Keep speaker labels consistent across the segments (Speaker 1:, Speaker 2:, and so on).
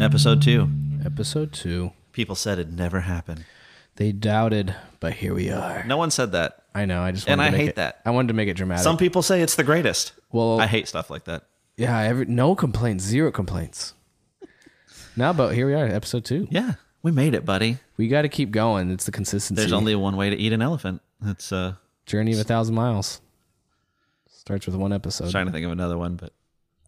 Speaker 1: episode two.
Speaker 2: Episode two.
Speaker 1: People said it never happened.
Speaker 2: They doubted, but here we are.
Speaker 1: No one said that.
Speaker 2: I know. I just
Speaker 1: And
Speaker 2: wanted to
Speaker 1: I
Speaker 2: make
Speaker 1: hate
Speaker 2: it-
Speaker 1: that.
Speaker 2: I wanted to make it dramatic.
Speaker 1: Some people say it's the greatest.
Speaker 2: well,
Speaker 1: I hate stuff like that.
Speaker 2: yeah. Every no complaints, zero complaints. now, but here we are, episode two.
Speaker 1: Yeah, we made it, buddy.
Speaker 2: We got to keep going. It's the consistency.
Speaker 1: There's only one way to eat an elephant. It's uh,
Speaker 2: journey of a thousand miles. Starts with one episode.
Speaker 1: trying to think of another one, but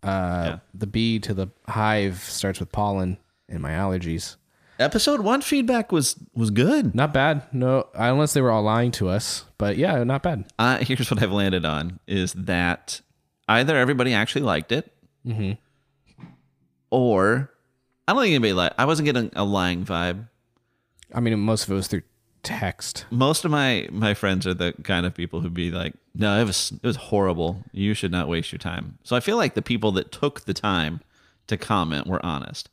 Speaker 2: Uh, The bee to the hive starts with pollen and my allergies.
Speaker 1: episode one feedback was was good.
Speaker 2: Not bad. No, unless they were all lying to us. But yeah, not bad.
Speaker 1: Uh, here's what I've landed on is that either everybody actually liked it, Mm-hmm. or I don't think anybody liked. I wasn't getting a lying vibe.
Speaker 2: I mean, most of it was through text.
Speaker 1: Most of my my friends are the kind of people who be like, "No, it was it was horrible. You should not waste your time." So I feel like the people that took the time to comment were honest.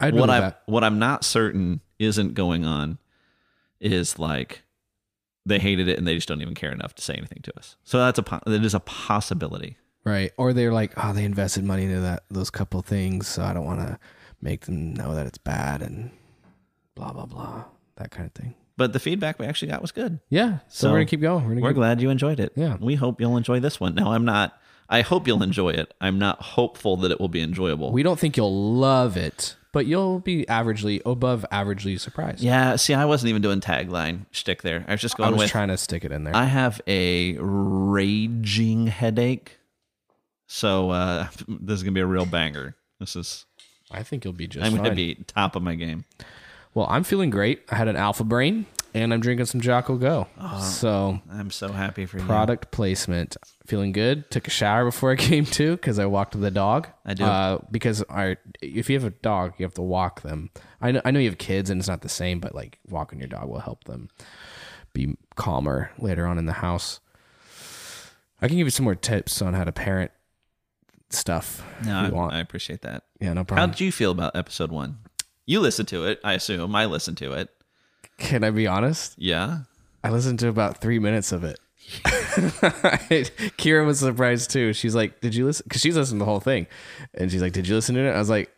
Speaker 2: I'd
Speaker 1: what
Speaker 2: what
Speaker 1: I
Speaker 2: that.
Speaker 1: what I'm not certain isn't going on is like they hated it and they just don't even care enough to say anything to us. So that's a po- that is a possibility.
Speaker 2: right. Or they're like, oh, they invested money into that those couple things, so I don't want to make them know that it's bad and blah blah blah that kind of thing.
Speaker 1: But the feedback we actually got was good.
Speaker 2: Yeah. So,
Speaker 1: So,
Speaker 2: we're gonna keep going. We're gonna
Speaker 1: We're
Speaker 2: keep,
Speaker 1: glad you enjoyed it.
Speaker 2: Yeah.
Speaker 1: We hope you'll enjoy this one. Now I'm not I hope you'll enjoy it. I'm not hopeful that it will be enjoyable.
Speaker 2: we don't think you'll love it, but you'll be averagely above averagely surprised.
Speaker 1: yeah, see I wasn't even doing tagline shtick there. I was just
Speaker 2: I
Speaker 1: going
Speaker 2: was
Speaker 1: with
Speaker 2: trying to stick it in there.
Speaker 1: I have a raging headache. So uh this is going to be a real banger. This is
Speaker 2: I think you'll be just
Speaker 1: I'm going to
Speaker 2: fine.
Speaker 1: be top of my game.
Speaker 2: Well, I'm feeling great. I had an alpha brain and I'm drinking some Jocko Go.
Speaker 1: Oh.
Speaker 2: so,
Speaker 1: I'm so happy for you.
Speaker 2: product placement. Feeling good. Took a shower before I came to because I walked the dog.
Speaker 1: I do.
Speaker 2: Uh, because our, if you have a dog, you have to walk them. I know, I know you have kids and it's not the same, but like walking your dog will help them be calmer later on in the house. I can give you some more tips on how to parent stuff
Speaker 1: No,
Speaker 2: if
Speaker 1: I,
Speaker 2: you want.
Speaker 1: I appreciate that.
Speaker 2: yeah, no
Speaker 1: How
Speaker 2: problem.
Speaker 1: did you feel about episode one? You listened to it, I assume. I listened to it.
Speaker 2: Can I be honest?
Speaker 1: Yeah.
Speaker 2: I listened to about three minutes of it. Kira was surprised too. She's like, "Did you listen?" Because she's listened to the whole thing, and she's like, "Did you listen to it?" I was like,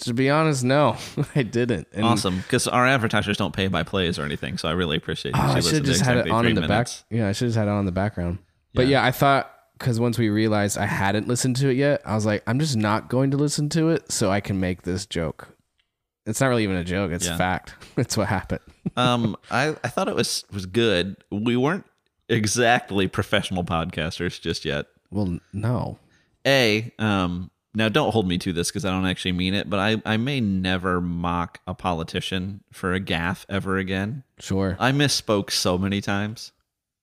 Speaker 2: "To be honest, no, I didn't." And
Speaker 1: Awesome. Because our advertisers don't pay by plays or anything. So I really appreciate that
Speaker 2: Oh, I
Speaker 1: she
Speaker 2: should
Speaker 1: listened
Speaker 2: have
Speaker 1: to
Speaker 2: just had it
Speaker 1: exactly
Speaker 2: on
Speaker 1: three
Speaker 2: in the
Speaker 1: minutes.
Speaker 2: back. Yeah, I should have had it on in the background. But yeah, I thought because once we realized I hadn't listened to it yet, I was like, "I'm just not going to listen to it so I can make this joke." It's not really even a joke; it's
Speaker 1: Yeah.
Speaker 2: fact. It's what happened.
Speaker 1: um, I, I thought it was, was good. We weren't exactly professional podcasters just yet.
Speaker 2: Well, no,
Speaker 1: A, um, now don't hold me to this because I don't actually mean it, but I, I may never mock a politician for a gaffe ever again.
Speaker 2: sure.
Speaker 1: I misspoke so many times.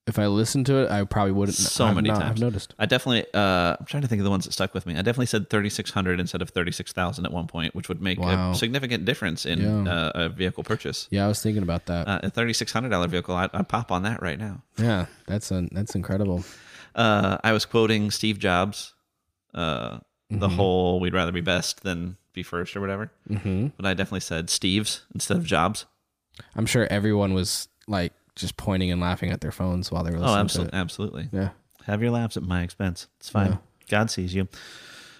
Speaker 2: If I listened to it, I probably wouldn't.
Speaker 1: so
Speaker 2: I've
Speaker 1: many
Speaker 2: not-
Speaker 1: times.
Speaker 2: I've noticed.
Speaker 1: I definitely. Uh, I'm trying to think of the ones that stuck with me. I definitely said 3,600 instead of 36,000 at one point, which would make
Speaker 2: Wow.
Speaker 1: a significant difference in
Speaker 2: Yeah.
Speaker 1: uh, a vehicle purchase.
Speaker 2: Yeah, I was thinking about that.
Speaker 1: Uh, a $3,600 vehicle, I, I'd pop on that right now.
Speaker 2: yeah, that's un- that's incredible.
Speaker 1: Uh, I was quoting Steve Jobs, uh, the whole "We'd rather be best than be first or whatever. Mm-hmm. But I definitely said Steve's instead of Jobs.
Speaker 2: I'm sure everyone was like just pointing and laughing at their phones while they were
Speaker 1: Oh,
Speaker 2: listening to it.
Speaker 1: absolutely, absolutely.
Speaker 2: Yeah.
Speaker 1: Have your laughs at my expense. It's fine. God sees you.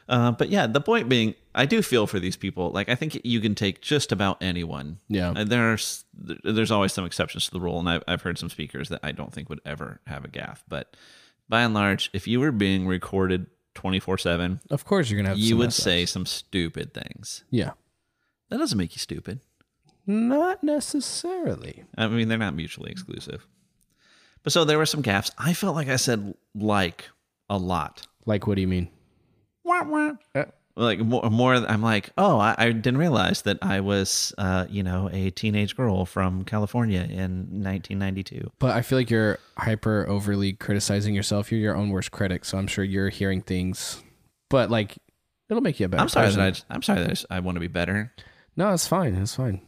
Speaker 1: Uh, but yeah, the point being, I do feel for these people. Like I think you can take just about anyone.
Speaker 2: Yeah.
Speaker 1: And there's there's always some exceptions to the rule, and I've I've heard some speakers that I don't think would ever have a gaff. But by and large, if you were being recorded twenty four seven,
Speaker 2: Of course you're gonna have
Speaker 1: you
Speaker 2: some
Speaker 1: would
Speaker 2: mess up.
Speaker 1: say some stupid things.
Speaker 2: Yeah.
Speaker 1: That doesn't make you stupid.
Speaker 2: Not necessarily.
Speaker 1: I mean, they're not mutually exclusive. But so there were some gaffes. I felt like I said like a lot.
Speaker 2: Like what do you mean?
Speaker 1: Wah, wah.
Speaker 2: Uh,
Speaker 1: like more, more i'm like oh I, I didn't realize that i was uh, you know a teenage girl from california in 1992
Speaker 2: But I feel like you're hyper overly criticizing yourself. You're your own worst critic, so I'm sure you're hearing things. But like it'll make you a better
Speaker 1: i'm sorry
Speaker 2: person.
Speaker 1: that i i'm sorry that I s- i, want to be better
Speaker 2: No, it's fine. It's fine.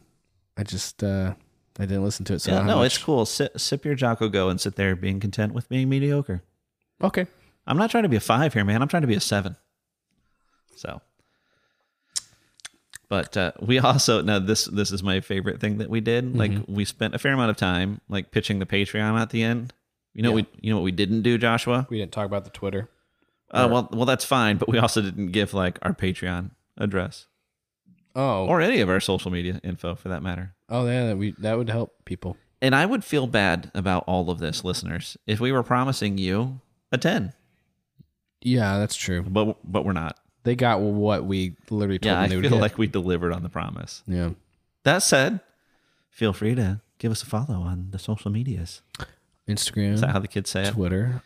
Speaker 2: I just uh I didn't listen to it so I
Speaker 1: yeah,
Speaker 2: don't
Speaker 1: no
Speaker 2: know.
Speaker 1: it's cool Sit, sip your jocko go and sit there being content with being mediocre
Speaker 2: Okay.
Speaker 1: i'm not trying to be a five here man i'm trying to be a seven so but uh, we also now this this is my favorite thing that we did like we spent a fair amount of time like pitching the patreon at the end you know we you know what we didn't do joshua
Speaker 2: We didn't talk about the Twitter.
Speaker 1: Uh, well, well, that's fine, but we also didn't give like our Patreon address.
Speaker 2: Oh,
Speaker 1: or any of our social media info for that matter.
Speaker 2: oh yeah, that we that would help people.
Speaker 1: And I would feel bad about all of this, listeners, if we were promising you a 10,
Speaker 2: Yeah, that's true.
Speaker 1: but but we're not.
Speaker 2: They got what we literally told
Speaker 1: Yeah, I
Speaker 2: them they
Speaker 1: feel
Speaker 2: would get.
Speaker 1: like we delivered on the promise.
Speaker 2: yeah.
Speaker 1: That said, feel free to give us a follow on the social medias.
Speaker 2: Instagram,
Speaker 1: Is that how the kids say it?
Speaker 2: Twitter.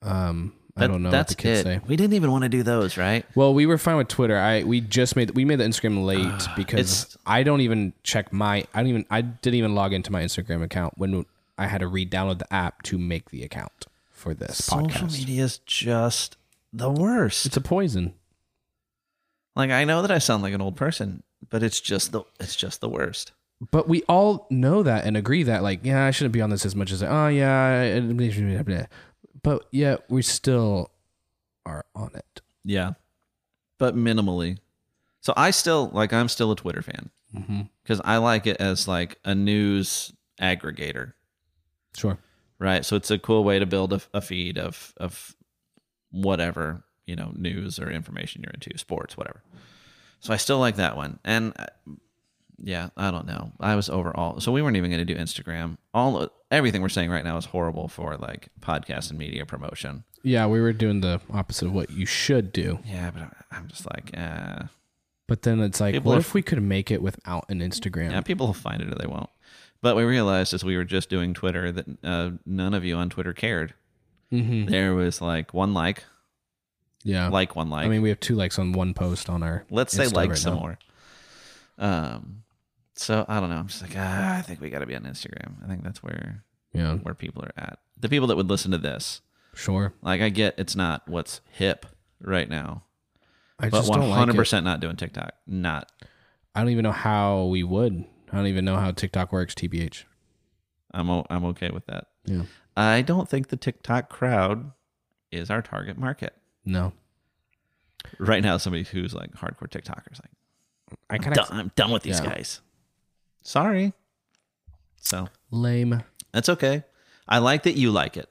Speaker 2: Um, I
Speaker 1: That-
Speaker 2: don't know what
Speaker 1: That's
Speaker 2: the kids
Speaker 1: it.
Speaker 2: say.
Speaker 1: We didn't even want to do those, right?
Speaker 2: Well, we were fine with Twitter. I we just made we made the Instagram late because
Speaker 1: Ah, It's-
Speaker 2: I don't even check my I don't even I didn't even log into my Instagram account when I had to re-download the app to make the account for this
Speaker 1: Social
Speaker 2: podcast.
Speaker 1: media is just the worst.
Speaker 2: It's a poison.
Speaker 1: like I know that I sound like an old person, but it's just the it's just the worst.
Speaker 2: But we all know that and agree that like yeah, I shouldn't be on this as much as oh yeah, I- but yeah, we still are on it.
Speaker 1: Yeah. But minimally. So I still like I'm still a Twitter fan
Speaker 2: Mhm.
Speaker 1: because I like it as like a news aggregator,
Speaker 2: Sure.
Speaker 1: right? So it's a cool way to build a, a feed of of whatever, you know, news or information you're into, sports, whatever. So I still like that one. And uh, yeah, I don't know. I was overall. So we weren't even going to do Instagram. All everything we're saying right now is horrible for like podcast and media promotion.
Speaker 2: Yeah, we were doing the opposite of what you should do.
Speaker 1: Yeah, but I- I'm just like, uh,
Speaker 2: But then it's like,
Speaker 1: People
Speaker 2: what
Speaker 1: are-
Speaker 2: if we could make it without an Instagram?
Speaker 1: Yeah, people will find it or they won't. But we realized as we were just doing Twitter that uh, none of you on Twitter cared.
Speaker 2: Mm-hmm.
Speaker 1: There was like one like,
Speaker 2: Yeah.
Speaker 1: like one like.
Speaker 2: I mean, we have two likes on one post on our.
Speaker 1: let's say
Speaker 2: Insta
Speaker 1: like
Speaker 2: right
Speaker 1: some
Speaker 2: now.
Speaker 1: more. Um, so I don't know. I'm just like, ah, I think we got to be on Instagram. I think that's where
Speaker 2: Yeah,
Speaker 1: where people are at. The people that would listen to this,
Speaker 2: sure.
Speaker 1: like, I get it's not what's hip right now,
Speaker 2: I
Speaker 1: but
Speaker 2: just don't
Speaker 1: 100
Speaker 2: like it.
Speaker 1: percent not doing TikTok. Not.
Speaker 2: I don't even know how we would. I don't even know how TikTok works. Tbh.
Speaker 1: I'm o- I'm okay with that.
Speaker 2: Yeah.
Speaker 1: I don't think the TikTok crowd is our target market.
Speaker 2: No.
Speaker 1: right now somebody who's like hardcore TikTokers like
Speaker 2: I
Speaker 1: I'm
Speaker 2: kind
Speaker 1: done,
Speaker 2: of
Speaker 1: I'm done with these
Speaker 2: Yeah.
Speaker 1: guys. Sorry. So
Speaker 2: lame.
Speaker 1: that's okay. I like that you like it.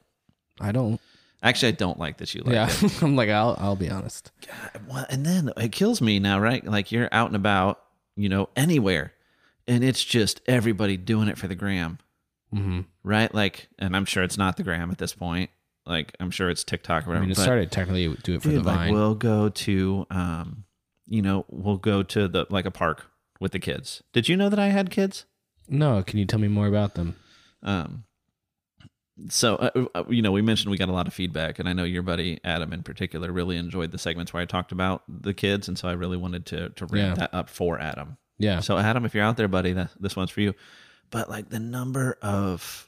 Speaker 2: I don't.
Speaker 1: Actually, I don't like that you like
Speaker 2: yeah. I'm like, uh, I'll. I'll be honest.
Speaker 1: it. Well, and then it kills me now, right? Like you're out and about, you know, anywhere, and it's just everybody doing it for the gram,
Speaker 2: Mm-hmm.
Speaker 1: right? Like, and I'm sure it's not the gram at this point. Like, I'm sure it's TikTok or
Speaker 2: I
Speaker 1: whatever.
Speaker 2: mean, it
Speaker 1: but-
Speaker 2: started technically. it would Do it for
Speaker 1: Dude,
Speaker 2: the vine.
Speaker 1: Like we'll go to um, you know, we'll go to the like a park with the kids. Did you know that I had kids?
Speaker 2: no. Can you tell me more about them?
Speaker 1: Um, so uh, uh, you know, we mentioned we got a lot of feedback, and I know your buddy Adam in particular really enjoyed the segments where I talked about the kids, and so I really wanted to to
Speaker 2: Yeah.
Speaker 1: ramp that up for Adam.
Speaker 2: Yeah.
Speaker 1: So Adam, if you're out there, buddy, that, this one's for you. But like the number of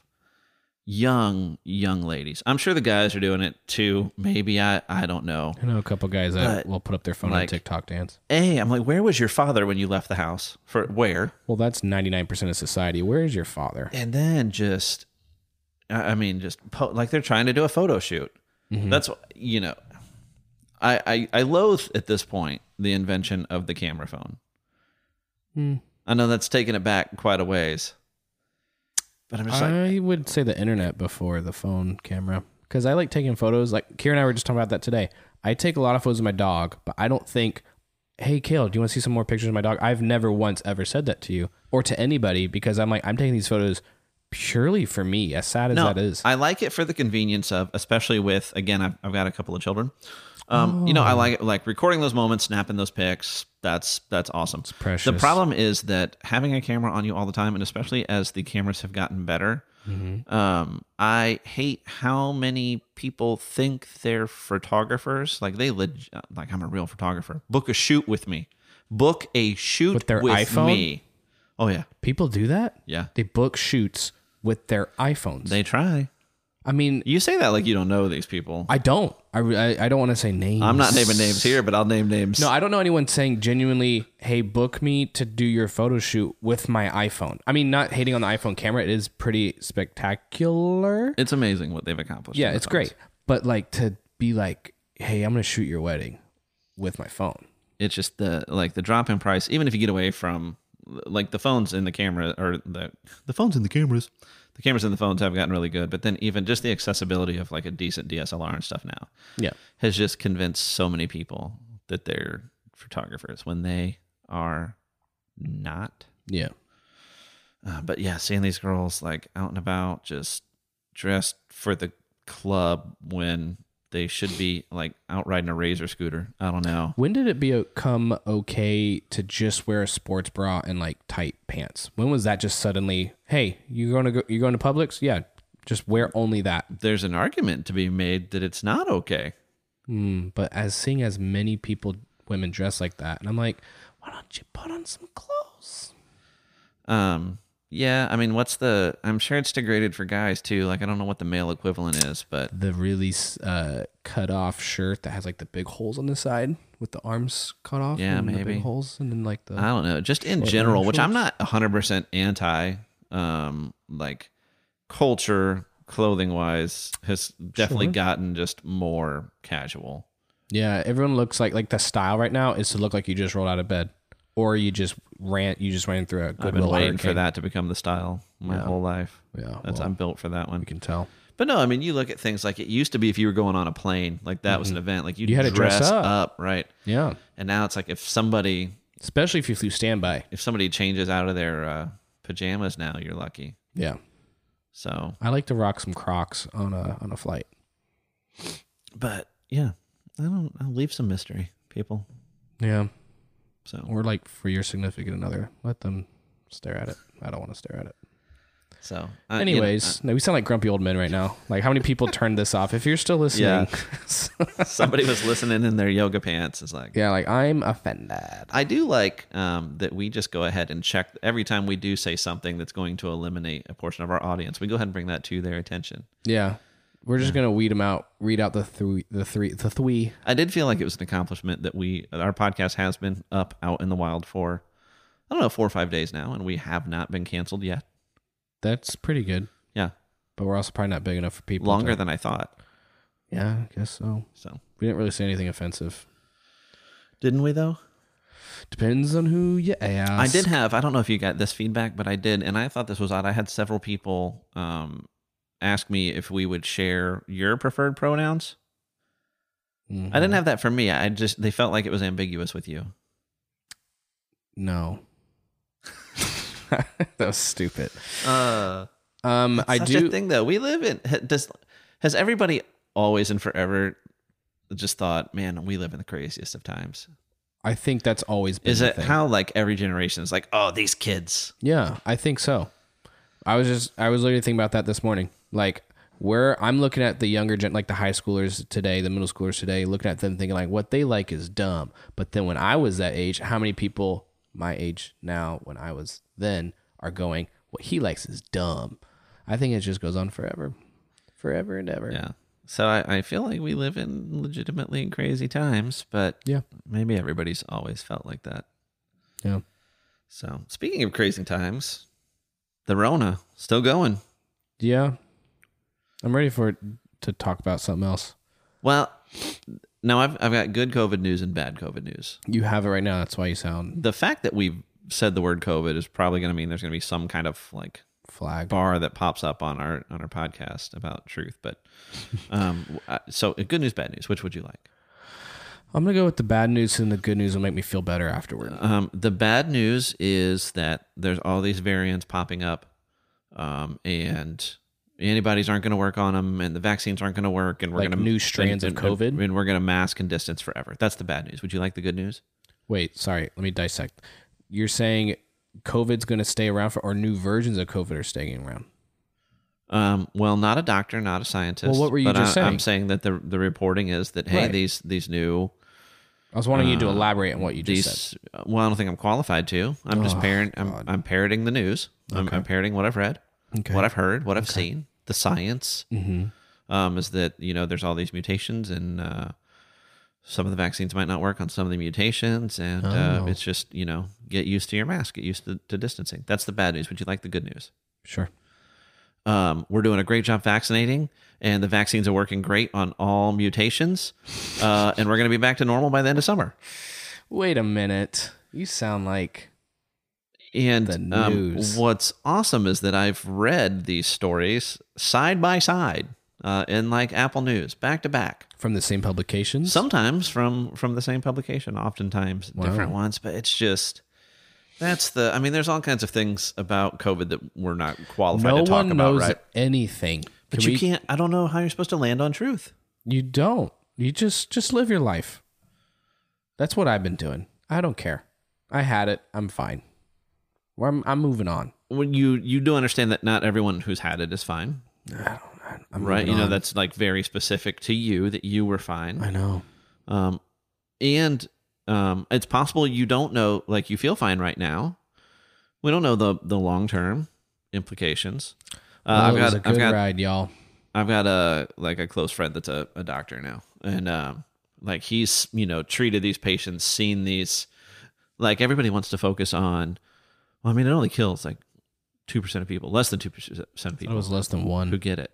Speaker 1: young young ladies, I'm sure the guys are doing it too. Maybe I I don't know.
Speaker 2: I know a couple guys that
Speaker 1: But,
Speaker 2: will put up their phone on
Speaker 1: like-
Speaker 2: TikTok dance.
Speaker 1: Hey, I'm like, where was your father when you left the house? For where?
Speaker 2: Well, that's 99% of society. Where is your father?
Speaker 1: And then just, I I mean, just po- like they're trying to do a photo shoot. That's you know, I, I I loathe at this point the invention of the camera phone. I know that's taken it back quite a ways, but I'm just like,
Speaker 2: I would say the internet before the phone camera because I like taking photos. Like Kira and I were just talking about that today. I take a lot of photos of my dog, but I don't think, hey, Kale, do you want to see some more pictures of my dog? I've never once ever said that to you or to anybody because I'm like, I'm taking these photos purely for me, as sad as
Speaker 1: no,
Speaker 2: that is.
Speaker 1: I like it for the convenience of, especially with again, I've, I've got a couple of children. Um, You know, I like it, like recording those moments, snapping those pics. That's that's awesome. It's
Speaker 2: precious.
Speaker 1: The problem is that having a camera on you all the time, and especially as the cameras have gotten better,
Speaker 2: Mm-hmm.
Speaker 1: um, I hate how many people think they're photographers. Like they leg- like I'm a real photographer. Book a shoot with me. Book a shoot
Speaker 2: With their iPhone?
Speaker 1: me. Oh yeah,
Speaker 2: People do that?
Speaker 1: yeah.
Speaker 2: They book shoots with their iPhones.
Speaker 1: They try.
Speaker 2: I mean,
Speaker 1: You say that like you don't know these people.
Speaker 2: I don't. I, re- I, I don't want to say names.
Speaker 1: I'm not naming names here, but I'll name names.
Speaker 2: No, I don't know anyone saying genuinely, "Hey, book me to do your photo shoot with my iPhone." I mean, not hating on the iPhone camera; it is pretty spectacular.
Speaker 1: it's amazing what they've accomplished.
Speaker 2: Yeah,
Speaker 1: with
Speaker 2: it's
Speaker 1: phones.
Speaker 2: great. But like to be like, "Hey, I'm going to shoot your wedding with my phone."
Speaker 1: It's just the like the drop in price. Even if you get away from like the phones and the camera, or the the phones and the cameras, the cameras and the phones have gotten really good. But then even just the accessibility of like a decent DSLR and stuff now
Speaker 2: Yeah,
Speaker 1: has just convinced so many people that they're photographers when they are not.
Speaker 2: Yeah.
Speaker 1: Uh, but yeah, seeing these girls like out and about, just dressed for the club when they should be like out riding a razor scooter. I don't know.
Speaker 2: When did it become okay to just wear a sports bra and like tight pants? When was that just suddenly, hey, you're going to go, you're going to Publix? Yeah, just wear only that.
Speaker 1: There's an argument to be made that it's not okay.
Speaker 2: Mm, but as seeing as many people, women dress like that, and I'm like, why don't you put on some clothes?
Speaker 1: Um, yeah, I mean, what's the? I'm sure it's degraded for guys too. Like, I don't know what the male equivalent is, but
Speaker 2: The really uh, cut off shirt that has like the big holes on the side with the arms cut off.
Speaker 1: Yeah,
Speaker 2: and The
Speaker 1: maybe.
Speaker 2: big holes and then like the.
Speaker 1: I don't know. Just in
Speaker 2: Short
Speaker 1: general,
Speaker 2: arm
Speaker 1: which I'm not 100 percent anti, um, like culture clothing wise has definitely
Speaker 2: Sure.
Speaker 1: gotten just more casual.
Speaker 2: Yeah, everyone looks like like the style right now is to look like you just rolled out of bed, or you just ran you just ran through a
Speaker 1: I've
Speaker 2: good
Speaker 1: been waiting for that to become the style my whole life.
Speaker 2: Yeah,
Speaker 1: That's
Speaker 2: well,
Speaker 1: I'm built for that one.
Speaker 2: you can tell.
Speaker 1: But no, I mean, you look at things like it used to be if you were going on a plane, like that was an event, like you,
Speaker 2: Mm-hmm. You had to dress up.
Speaker 1: right?
Speaker 2: Yeah,
Speaker 1: And now it's like if somebody
Speaker 2: especially if you flew standby.
Speaker 1: if somebody changes out of their uh, pajamas now, you're lucky.
Speaker 2: Yeah,
Speaker 1: So,
Speaker 2: I like to rock some Crocs on a on a flight.
Speaker 1: but yeah, I don't. I'll leave some mystery, people.
Speaker 2: Yeah,
Speaker 1: So,
Speaker 2: or like for your significant other, let them stare at it. I don't want to stare at it.
Speaker 1: so uh, you know,
Speaker 2: Anyways, no, we sound like grumpy old men right now. Like, how many people turned this off? If you're still listening, yeah,
Speaker 1: uh, somebody was listening in their yoga pants. Is like,
Speaker 2: like I'm offended.
Speaker 1: I do like um, that we just go ahead and check every time we do say something that's going to eliminate a portion of our audience. We go ahead and bring that to their attention.
Speaker 2: Yeah, we're just gonna weed them out. Read out the three, the three, the three.
Speaker 1: I did feel like it was an accomplishment that we our podcast has been up out in the wild for I don't know four or five days now, and we have not been canceled yet.
Speaker 2: That's pretty good.
Speaker 1: Yeah,
Speaker 2: But we're also probably not big enough for people.
Speaker 1: longer
Speaker 2: to-
Speaker 1: than I thought.
Speaker 2: yeah, I guess so.
Speaker 1: So
Speaker 2: We didn't really say anything offensive.
Speaker 1: didn't we though?
Speaker 2: Depends on who you ask.
Speaker 1: I did have. I don't know if you got this feedback, but I did, and I thought this was odd. I had several people um, ask me if we would share your preferred pronouns.
Speaker 2: Mhm.
Speaker 1: I didn't have that for me. I just they felt like it was ambiguous with you.
Speaker 2: No. that was stupid.
Speaker 1: Uh,
Speaker 2: Um, I
Speaker 1: such
Speaker 2: do.
Speaker 1: a thing though. We live in ha- does has everybody always and forever just thought, man, we live in the craziest of times.
Speaker 2: I think that's always been
Speaker 1: Is
Speaker 2: the
Speaker 1: it
Speaker 2: thing.
Speaker 1: how like every generation is like, oh, these kids.
Speaker 2: Yeah, I think so. I was just I was literally thinking about that this morning. Like where I'm looking at the younger gen like the high schoolers today, the middle schoolers today, looking at them thinking like what they like is dumb. But then when I was that age, how many people my age now when I was then are going, what he likes is dumb. I think it just goes on forever. Forever and ever.
Speaker 1: Yeah. So I, I feel like we live in legitimately in crazy times, but
Speaker 2: Yeah.
Speaker 1: maybe everybody's always felt like that.
Speaker 2: Yeah.
Speaker 1: So speaking of crazy times, the Rona still going.
Speaker 2: Yeah. I'm ready for it to talk about something else.
Speaker 1: Well, now I've I've got good COVID news and bad COVID news.
Speaker 2: You have it right now, that's why you sound
Speaker 1: The fact that we've said the word COVID is probably going to mean there's going to be some kind of like
Speaker 2: flag.
Speaker 1: bar that pops up on our on our podcast about truth. But um, I- so good news, bad news. Which would you like?
Speaker 2: I'm gonna go with the bad news and the good news will make me feel better afterward.
Speaker 1: Um, the bad news is that there's all these variants popping up, um, and antibodies aren't going to work on them, and the vaccines aren't going to work, and we're
Speaker 2: Like
Speaker 1: going to
Speaker 2: new strands of COVID?
Speaker 1: and we're going to mask and distance forever. That's the bad news. Would you like the good news?
Speaker 2: Wait, sorry. Let me dissect. You're saying COVID's going to stay around for, or new versions of COVID are staying around.
Speaker 1: Um, well, not a doctor, not a scientist.
Speaker 2: Well, what were you
Speaker 1: but
Speaker 2: just
Speaker 1: I,
Speaker 2: saying?
Speaker 1: I'm saying that the the reporting is that hey,
Speaker 2: Right.
Speaker 1: these these new
Speaker 2: I was wanting you to elaborate on what you just said.
Speaker 1: Uh,
Speaker 2: Oh,
Speaker 1: these. Well, I don't think I'm qualified to. I'm just parent. I'm, I'm parroting the news. I'm, I'm parroting what I've read,
Speaker 2: Okay.
Speaker 1: what I've heard, what I've seen. The science
Speaker 2: Mm-hmm.
Speaker 1: um, is that you know there's all these mutations, and uh, some of the vaccines might not work on some of the mutations, and
Speaker 2: Oh.
Speaker 1: uh, it's just you know get used to your mask, get used to, to distancing. That's the bad news. Would you like the good news?
Speaker 2: Sure.
Speaker 1: Um, we're doing a great job vaccinating, and the vaccines are working great on all mutations, uh, and we're going to be back to normal by the end of summer.
Speaker 2: Wait a minute. You sound like
Speaker 1: And
Speaker 2: The
Speaker 1: um,
Speaker 2: news.
Speaker 1: what's awesome is that I've read these stories side by side uh, in like Apple News, back to back.
Speaker 2: from the same publications.
Speaker 1: Sometimes from from the same publication, oftentimes different ones, but it's just That's the. I mean, there's all kinds of things about COVID that we're not qualified
Speaker 2: no
Speaker 1: to talk
Speaker 2: one
Speaker 1: about,
Speaker 2: knows
Speaker 1: right?
Speaker 2: anything.
Speaker 1: But
Speaker 2: Can
Speaker 1: you
Speaker 2: we-
Speaker 1: can't. I don't know how you're supposed to land on truth.
Speaker 2: You don't. You just just live your life. That's what I've been doing. I don't care. I had it. I'm fine. Well, I'm I'm moving on.
Speaker 1: When you you do understand that not everyone who's had it is fine,
Speaker 2: I'm
Speaker 1: right?
Speaker 2: moving
Speaker 1: You know
Speaker 2: on.
Speaker 1: that's like very specific to you that you were fine,
Speaker 2: I know.
Speaker 1: um, and um, it's possible you don't know. Like you feel fine right now. We don't know the the long term implications. Uh,
Speaker 2: Well, it
Speaker 1: I've
Speaker 2: was
Speaker 1: got
Speaker 2: a
Speaker 1: I've
Speaker 2: good
Speaker 1: got
Speaker 2: ride, y'all.
Speaker 1: I've got a like a close friend that's a, a doctor now, and um, like he's you know treated these patients, seen these. Like everybody wants to focus on. Well, I mean, it only kills like two percent of people, less than two percent of
Speaker 2: It
Speaker 1: people
Speaker 2: was less than one.
Speaker 1: who get it.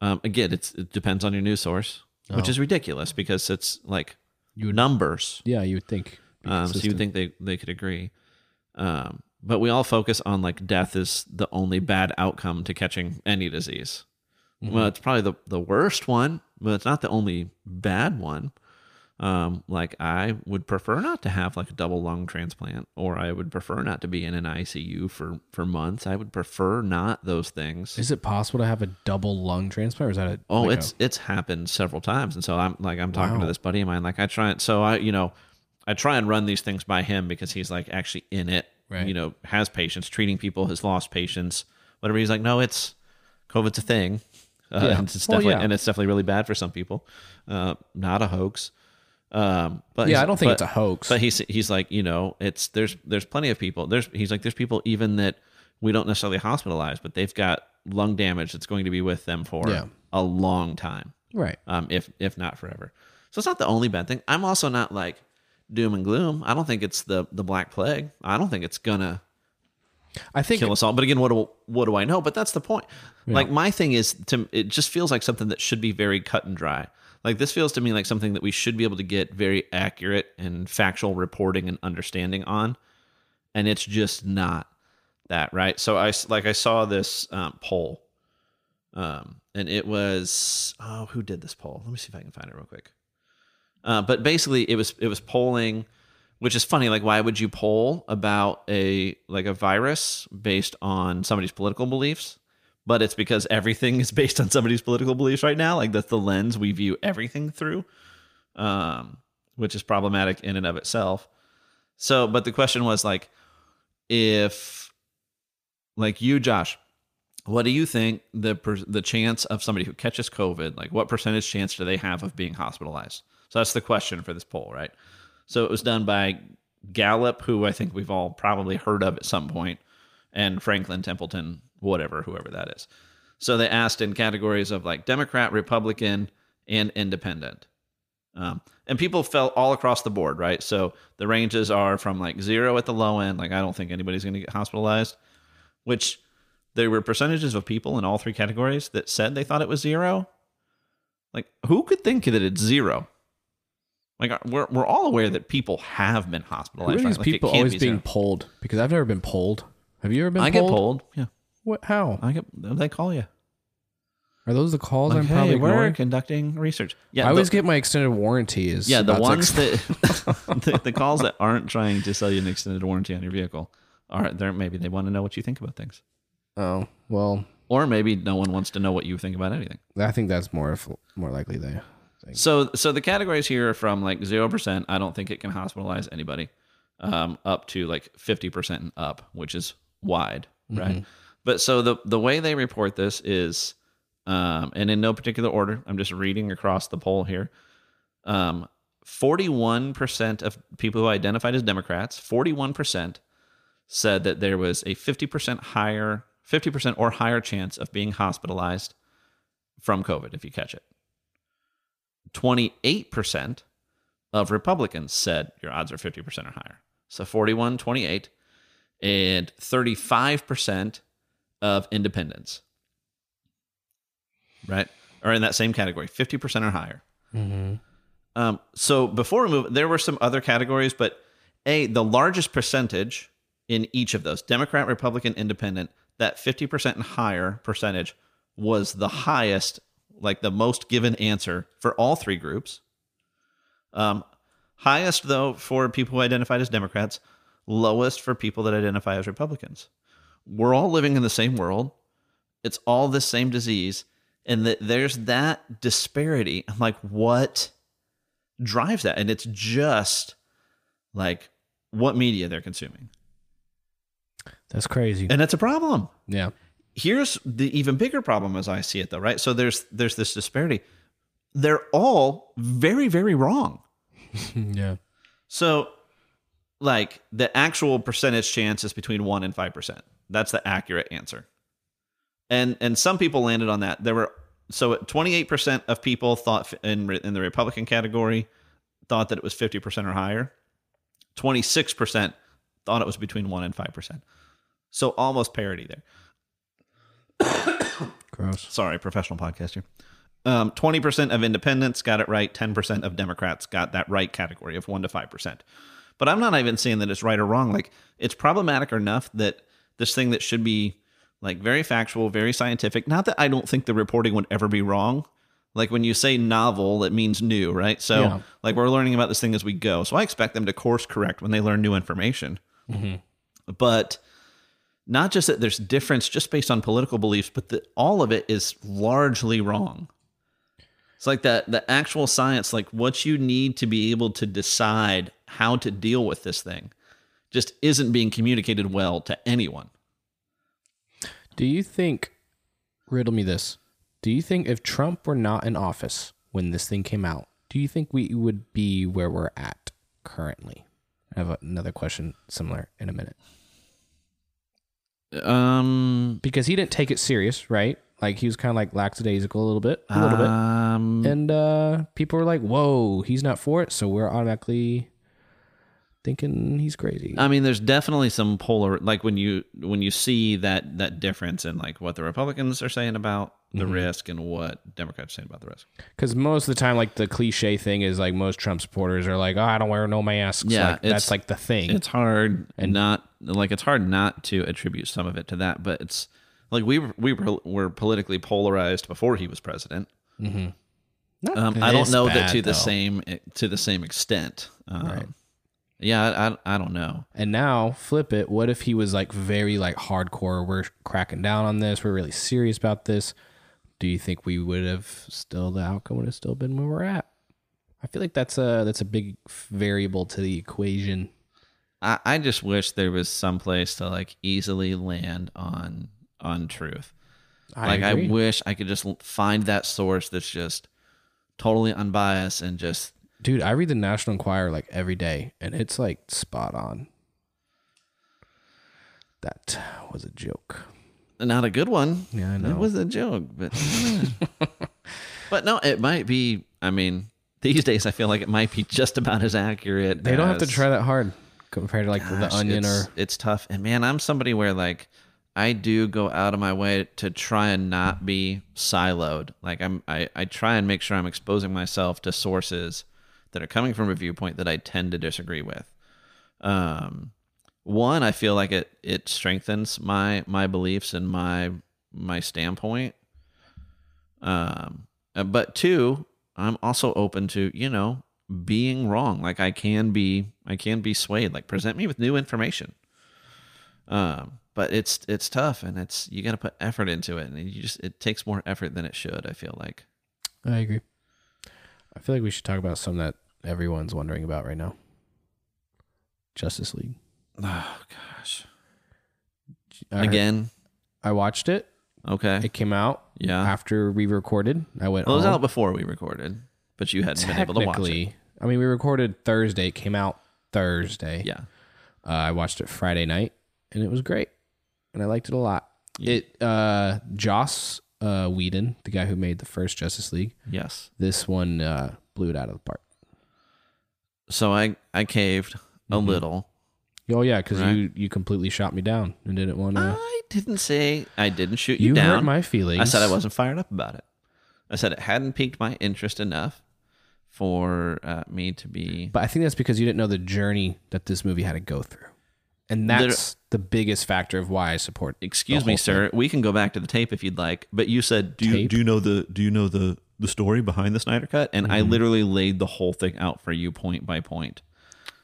Speaker 1: Um, again, it's, it depends on your news source, which
Speaker 2: Oh.
Speaker 1: is ridiculous because it's like
Speaker 2: You would-
Speaker 1: numbers.
Speaker 2: Yeah, you would think. Be
Speaker 1: Um, so you
Speaker 2: consistent.
Speaker 1: would think they they could agree. Um, but we all focus on like death is the only bad outcome to catching any disease.
Speaker 2: Mm-hmm.
Speaker 1: Well, it's probably the, the worst one, but it's not the only bad one. Um, like I would prefer not to have like a double lung transplant, or I would prefer not to be in an ICU for for months. I would prefer not those things.
Speaker 2: Is it possible to have a double lung transplant? Or is that a
Speaker 1: oh,
Speaker 2: like a-
Speaker 1: it's it's happened several times, and so I'm like I'm talking to
Speaker 2: Wow.
Speaker 1: this buddy of mine. Like I try and so I you know I try and run these things by him because he's like actually in it.
Speaker 2: Right.
Speaker 1: You know, has patients, treating people, has lost patients, whatever. He's like, no, it's COVID's a thing. Uh,
Speaker 2: Yeah.
Speaker 1: and it's
Speaker 2: Well,
Speaker 1: definitely
Speaker 2: yeah.
Speaker 1: and it's definitely really bad for some people. Uh, not a hoax. Um, but
Speaker 2: yeah,
Speaker 1: he's-
Speaker 2: I don't think
Speaker 1: but-
Speaker 2: it's a hoax.
Speaker 1: But he's he's like you know it's there's there's plenty of people there's he's like there's people even that we don't necessarily hospitalize but they've got lung damage that's going to be with them for
Speaker 2: Yeah.
Speaker 1: a long time
Speaker 2: right.
Speaker 1: um, if if not forever. So it's not the only bad thing. I'm also not like doom and gloom. I don't think it's the the black plague. I don't think it's gonna
Speaker 2: I think
Speaker 1: kill us all. But again, what do what do I know? But that's the point. Like my thing is to it just feels like something that should be very cut and dry. Like this feels to me like something that we should be able to get very accurate and factual reporting and understanding on, and it's just not that right. So I s- like I saw this um, poll, um, and it was oh who did this poll? Let me see if I can find it real quick. Uh, but basically, it was it was polling, which is funny. Like, why would you poll about a like a virus based on somebody's political beliefs? But it's because everything is based on somebody's political beliefs right now. Like that's the lens we view everything through, um, which is problematic in and of itself. So, but the question was like, if like you, Josh, what do you think the per- the chance of somebody who catches COVID, like what percentage chance do they have of being hospitalized? So that's the question for this poll, right? So it was done by Gallup, who I think we've all probably heard of at some point, and Franklin Templeton, whatever, whoever that is. So they asked in categories of like Democrat, Republican, and Independent. Um, and people fell all across the board, right? So the ranges are from like zero at the low end, like I don't think anybody's going to get hospitalized, which there were percentages of people in all three categories that said they thought it was zero. Like, who could think that it's zero? Like, we're, we're all aware that people have been
Speaker 2: who are
Speaker 1: hospitalized.
Speaker 2: these
Speaker 1: right? Like, it
Speaker 2: people
Speaker 1: can't
Speaker 2: always
Speaker 1: be
Speaker 2: being
Speaker 1: zero.
Speaker 2: polled? Because I've never been polled. Have you ever been
Speaker 1: I
Speaker 2: polled?
Speaker 1: get polled. Yeah,
Speaker 2: What, how?
Speaker 1: I get. They call you.
Speaker 2: Are those the calls
Speaker 1: Like,
Speaker 2: I'm
Speaker 1: hey,
Speaker 2: probably
Speaker 1: we're
Speaker 2: ignoring?
Speaker 1: conducting research. Yeah,
Speaker 2: I
Speaker 1: the-
Speaker 2: always get my extended warranty is
Speaker 1: yeah, the
Speaker 2: about to
Speaker 1: ones
Speaker 2: exp-
Speaker 1: that the, the calls that aren't trying to sell you an extended warranty on your vehicle are there. Maybe they want to know what you think about things,
Speaker 2: oh well,
Speaker 1: or maybe no one wants to know what you think about anything.
Speaker 2: I think that's more of, more likely they. think.
Speaker 1: So, so the categories here are from like zero percent. I don't think it can hospitalize anybody, um, up to like fifty percent and up, which is wide, right? But so the the way they report this is, um, and in no particular order. I'm just reading across the poll here. Um, forty-one percent of people who identified as Democrats, forty-one percent said that there was a fifty percent higher, fifty percent or higher chance of being hospitalized from COVID if you catch it. 28% of Republicans said your odds are 50% or higher. So 41, 28, and 35% of independents. Right? Are in that same category, 50% or higher. Um, so before we move, there were some other categories, but A, the largest percentage in each of those Democrat, Republican, Independent, that 50% and higher percentage was the highest, like the most given answer for all three groups. Um, highest, though, for people who identified as Democrats, lowest for people that identify as Republicans. We're all living in the same world. It's all the same disease. And that there's that disparity. I'm like, what drives that? And it's just like what media they're consuming.
Speaker 2: That's crazy.
Speaker 1: And that's a problem
Speaker 2: Yeah.
Speaker 1: here's the even bigger problem as I see it though, right? So there's there's this disparity. They're all very, very wrong.
Speaker 2: yeah.
Speaker 1: So like the actual percentage chance is between one and five percent. That's the accurate answer. And and some people landed on that. There were so 28% of people thought f- in re- in the Republican category thought that it was 50% or higher. 26% thought it was between 1 and 5%. So almost parity there.
Speaker 2: Gross.
Speaker 1: sorry, professional podcaster. Um, 20% of independents got it right. 10% of Democrats got that right category of 1% to 5%. But I'm not even saying that it's right or wrong. Like, it's problematic enough that this thing that should be like very factual, very scientific, not that I don't think the reporting would ever be wrong. Like, when you say novel, it means new, right? So,
Speaker 2: Yeah.
Speaker 1: like, we're learning about this thing as we go. So, I expect them to course correct when they learn new information but not just that there's difference just based on political beliefs, but that all of it is largely wrong. It's like that the actual science, like what you need to be able to decide how to deal with this thing, just isn't being communicated well to anyone.
Speaker 2: Do you think, riddle me this, do you think if Trump were not in office when this thing came out, do you think we would be where we're at currently? I have another question similar in a minute.
Speaker 1: Um,
Speaker 2: Because he didn't take it serious, right? Like he was kind of like lackadaisical a little bit, a little bit.
Speaker 1: um,
Speaker 2: and uh, people were like, "Whoa, he's not for it," so we're automatically thinking he's crazy.
Speaker 1: I mean, there's definitely some polar like when you when you see that that difference in like what the Republicans are saying about the risk and what Democrats are saying about the risk.
Speaker 2: Because most of the time, like the cliche thing is like most Trump supporters are like, "Oh, I don't wear no masks."
Speaker 1: Yeah,
Speaker 2: like,
Speaker 1: it's-
Speaker 2: that's like the thing.
Speaker 1: it's hard and not like it's hard not to attribute some of it to that but it's like we were, we were, were politically polarized before he was president
Speaker 2: Not
Speaker 1: um, i don't
Speaker 2: this
Speaker 1: know
Speaker 2: bad,
Speaker 1: that to
Speaker 2: though.
Speaker 1: the same eh, to the same extent um, yeah I, I, I don't know
Speaker 2: And now flip it. What if he was like very like hardcore? We're cracking down on this. We're really serious about this. Do you think we would have still the outcome would have still been where we're at? I feel like that's a that's a big variable to the equation.
Speaker 1: I, I just wish there was some place to like easily land on on truth like
Speaker 2: agree.
Speaker 1: i wish i could just l- find that source that's just totally unbiased and just
Speaker 2: Dude, I read the National Enquirer like every day, and it's like spot on. That was a joke.
Speaker 1: not a good one.
Speaker 2: Yeah, I
Speaker 1: It
Speaker 2: know.
Speaker 1: was a joke, but but no, it might be. I mean, these days I feel like it might be just about as accurate.
Speaker 2: They don't have to
Speaker 1: as-
Speaker 2: try that hard compared to like
Speaker 1: Gosh,
Speaker 2: the Onion
Speaker 1: it's,
Speaker 2: or
Speaker 1: it's tough. And man, I'm somebody where like I do go out of my way to try and not be siloed. Like I'm, I, I try and make sure I'm exposing myself to sources that are coming from a viewpoint that I tend to disagree with. Um, one, I feel like it it strengthens my my beliefs and my my standpoint. Um, uh, but two, I'm also open to you know being wrong. Like I can be, I can be swayed. Like present me with new information. Um, but it's it's tough, and it's you got to put effort into it, and you just it takes more effort than it should. I feel like.
Speaker 2: I agree. I feel like we should talk about some that everyone's wondering about right now. Justice League.
Speaker 1: Oh gosh.
Speaker 2: I heard-
Speaker 1: Again.
Speaker 2: I watched it.
Speaker 1: Okay.
Speaker 2: It came out
Speaker 1: Yeah.
Speaker 2: after we recorded. I went
Speaker 1: Well, it was
Speaker 2: home.
Speaker 1: out before we recorded, but you hadn't been able to watch it.
Speaker 2: technically. I mean, we recorded Thursday. It came out Thursday.
Speaker 1: Yeah.
Speaker 2: Uh, I watched it Friday night, and it was great, and I liked it a lot. It uh, Joss uh, Whedon, the guy who made the first Justice League,
Speaker 1: Yes.
Speaker 2: this one uh, blew it out of the park.
Speaker 1: So I I caved a
Speaker 2: Mm-hmm.
Speaker 1: little.
Speaker 2: Oh yeah, because
Speaker 1: Right.
Speaker 2: you you completely shot me down and didn't want to.
Speaker 1: I didn't say I didn't shoot you,
Speaker 2: You
Speaker 1: down.
Speaker 2: hurt my feelings.
Speaker 1: I said I wasn't fired up about it. I said it hadn't piqued my interest enough for uh, me to be.
Speaker 2: but I think that's because you didn't know the journey that this movie had to go through, and
Speaker 1: There-
Speaker 2: that's the biggest factor of why I support.
Speaker 1: Excuse me, sir. We can go back to the tape if you'd like. But you said, do you,
Speaker 2: Tape?
Speaker 1: do you know the do you know the the story behind the Snyder cut? And I literally laid the whole thing out for you point by point.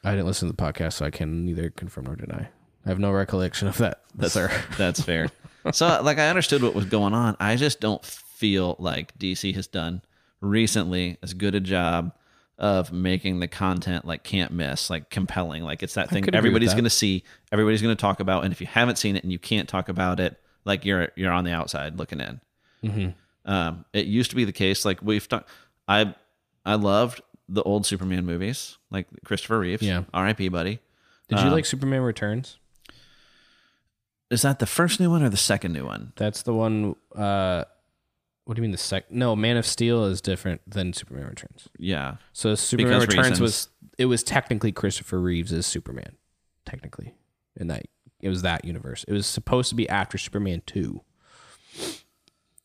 Speaker 2: I didn't listen to the podcast, so I can neither confirm nor deny. I have no recollection of that,
Speaker 1: That's
Speaker 2: sir.
Speaker 1: that's fair. So like I understood what was going on. I just don't feel like DC has done recently as good a job of making the content like can't miss, like compelling. Like it's that thing
Speaker 2: could agree with
Speaker 1: everybody's
Speaker 2: that.
Speaker 1: going to see, everybody's going to talk about, and if you haven't seen it and you can't talk about it, like you're you're on the outside looking in.
Speaker 2: Mm-hmm.
Speaker 1: Um, it used to be the case. Like we've talked, I I loved the old Superman movies, like Christopher Reeves.
Speaker 2: Yeah.
Speaker 1: R.I.P. Buddy.
Speaker 2: Did
Speaker 1: uh,
Speaker 2: you like Superman Returns?
Speaker 1: Is that the first new one or the second new one?
Speaker 2: That's the one. Uh, what do you mean the sec? No, Man of Steel is different than Superman Returns.
Speaker 1: Yeah.
Speaker 2: So Superman
Speaker 1: Because
Speaker 2: Returns
Speaker 1: reasons.
Speaker 2: was it was technically Christopher Reeves as Superman, technically, in that it was that universe. It was supposed to be after Superman two.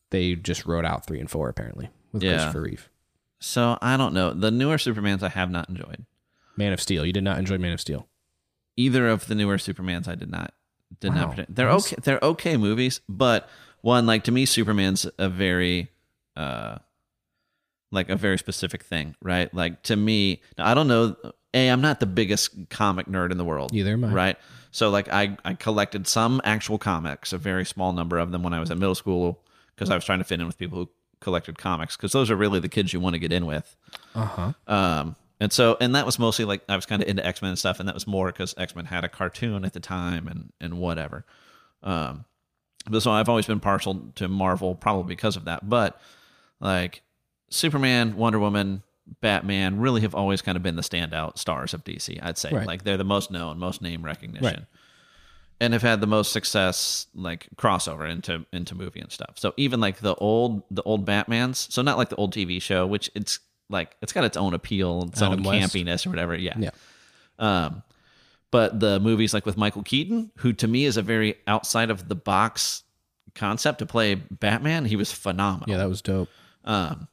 Speaker 2: They just wrote out three and four apparently with
Speaker 1: Yeah.
Speaker 2: Christopher Reeve.
Speaker 1: So I don't know. The newer Supermans I have not enjoyed.
Speaker 2: Man of Steel. You did not enjoy Man of Steel.
Speaker 1: Either of the newer Supermans I did not did
Speaker 2: Wow.
Speaker 1: not. Pretend. They're okay. They're okay movies, but one like to me, Superman's a very, uh, like a very specific thing, right? Like to me, now, I don't know. A, I'm not the biggest comic nerd in the world.
Speaker 2: Neither am I.
Speaker 1: Right. So like I I collected some actual comics, a very small number of them when I was in middle school because I was trying to fit in with people who collected comics because those are really the kids you want to get in with.
Speaker 2: Uh huh.
Speaker 1: Um, and so, and that was mostly like I was kind of into X Men and stuff, and that was more because X Men had a cartoon at the time and and whatever. Um, but so I've always been partial to Marvel, probably because of that. But like Superman, Wonder Woman, Batman, really have always kind of been the standout stars of DC. I'd say
Speaker 2: Right.
Speaker 1: like they're the most known, most name recognition,
Speaker 2: Right.
Speaker 1: and have had the most success like crossover into into movie and stuff. So even like the old the old Batman's, so not like the old TV show, which it's like it's got its own appeal, its
Speaker 2: Adam
Speaker 1: own
Speaker 2: West.
Speaker 1: campiness or whatever. Yeah.
Speaker 2: Yeah.
Speaker 1: Um, but the movies like with Michael Keaton, who to me is a very outside of the box concept to play Batman, he was phenomenal.
Speaker 2: Yeah, that was dope.
Speaker 1: Um,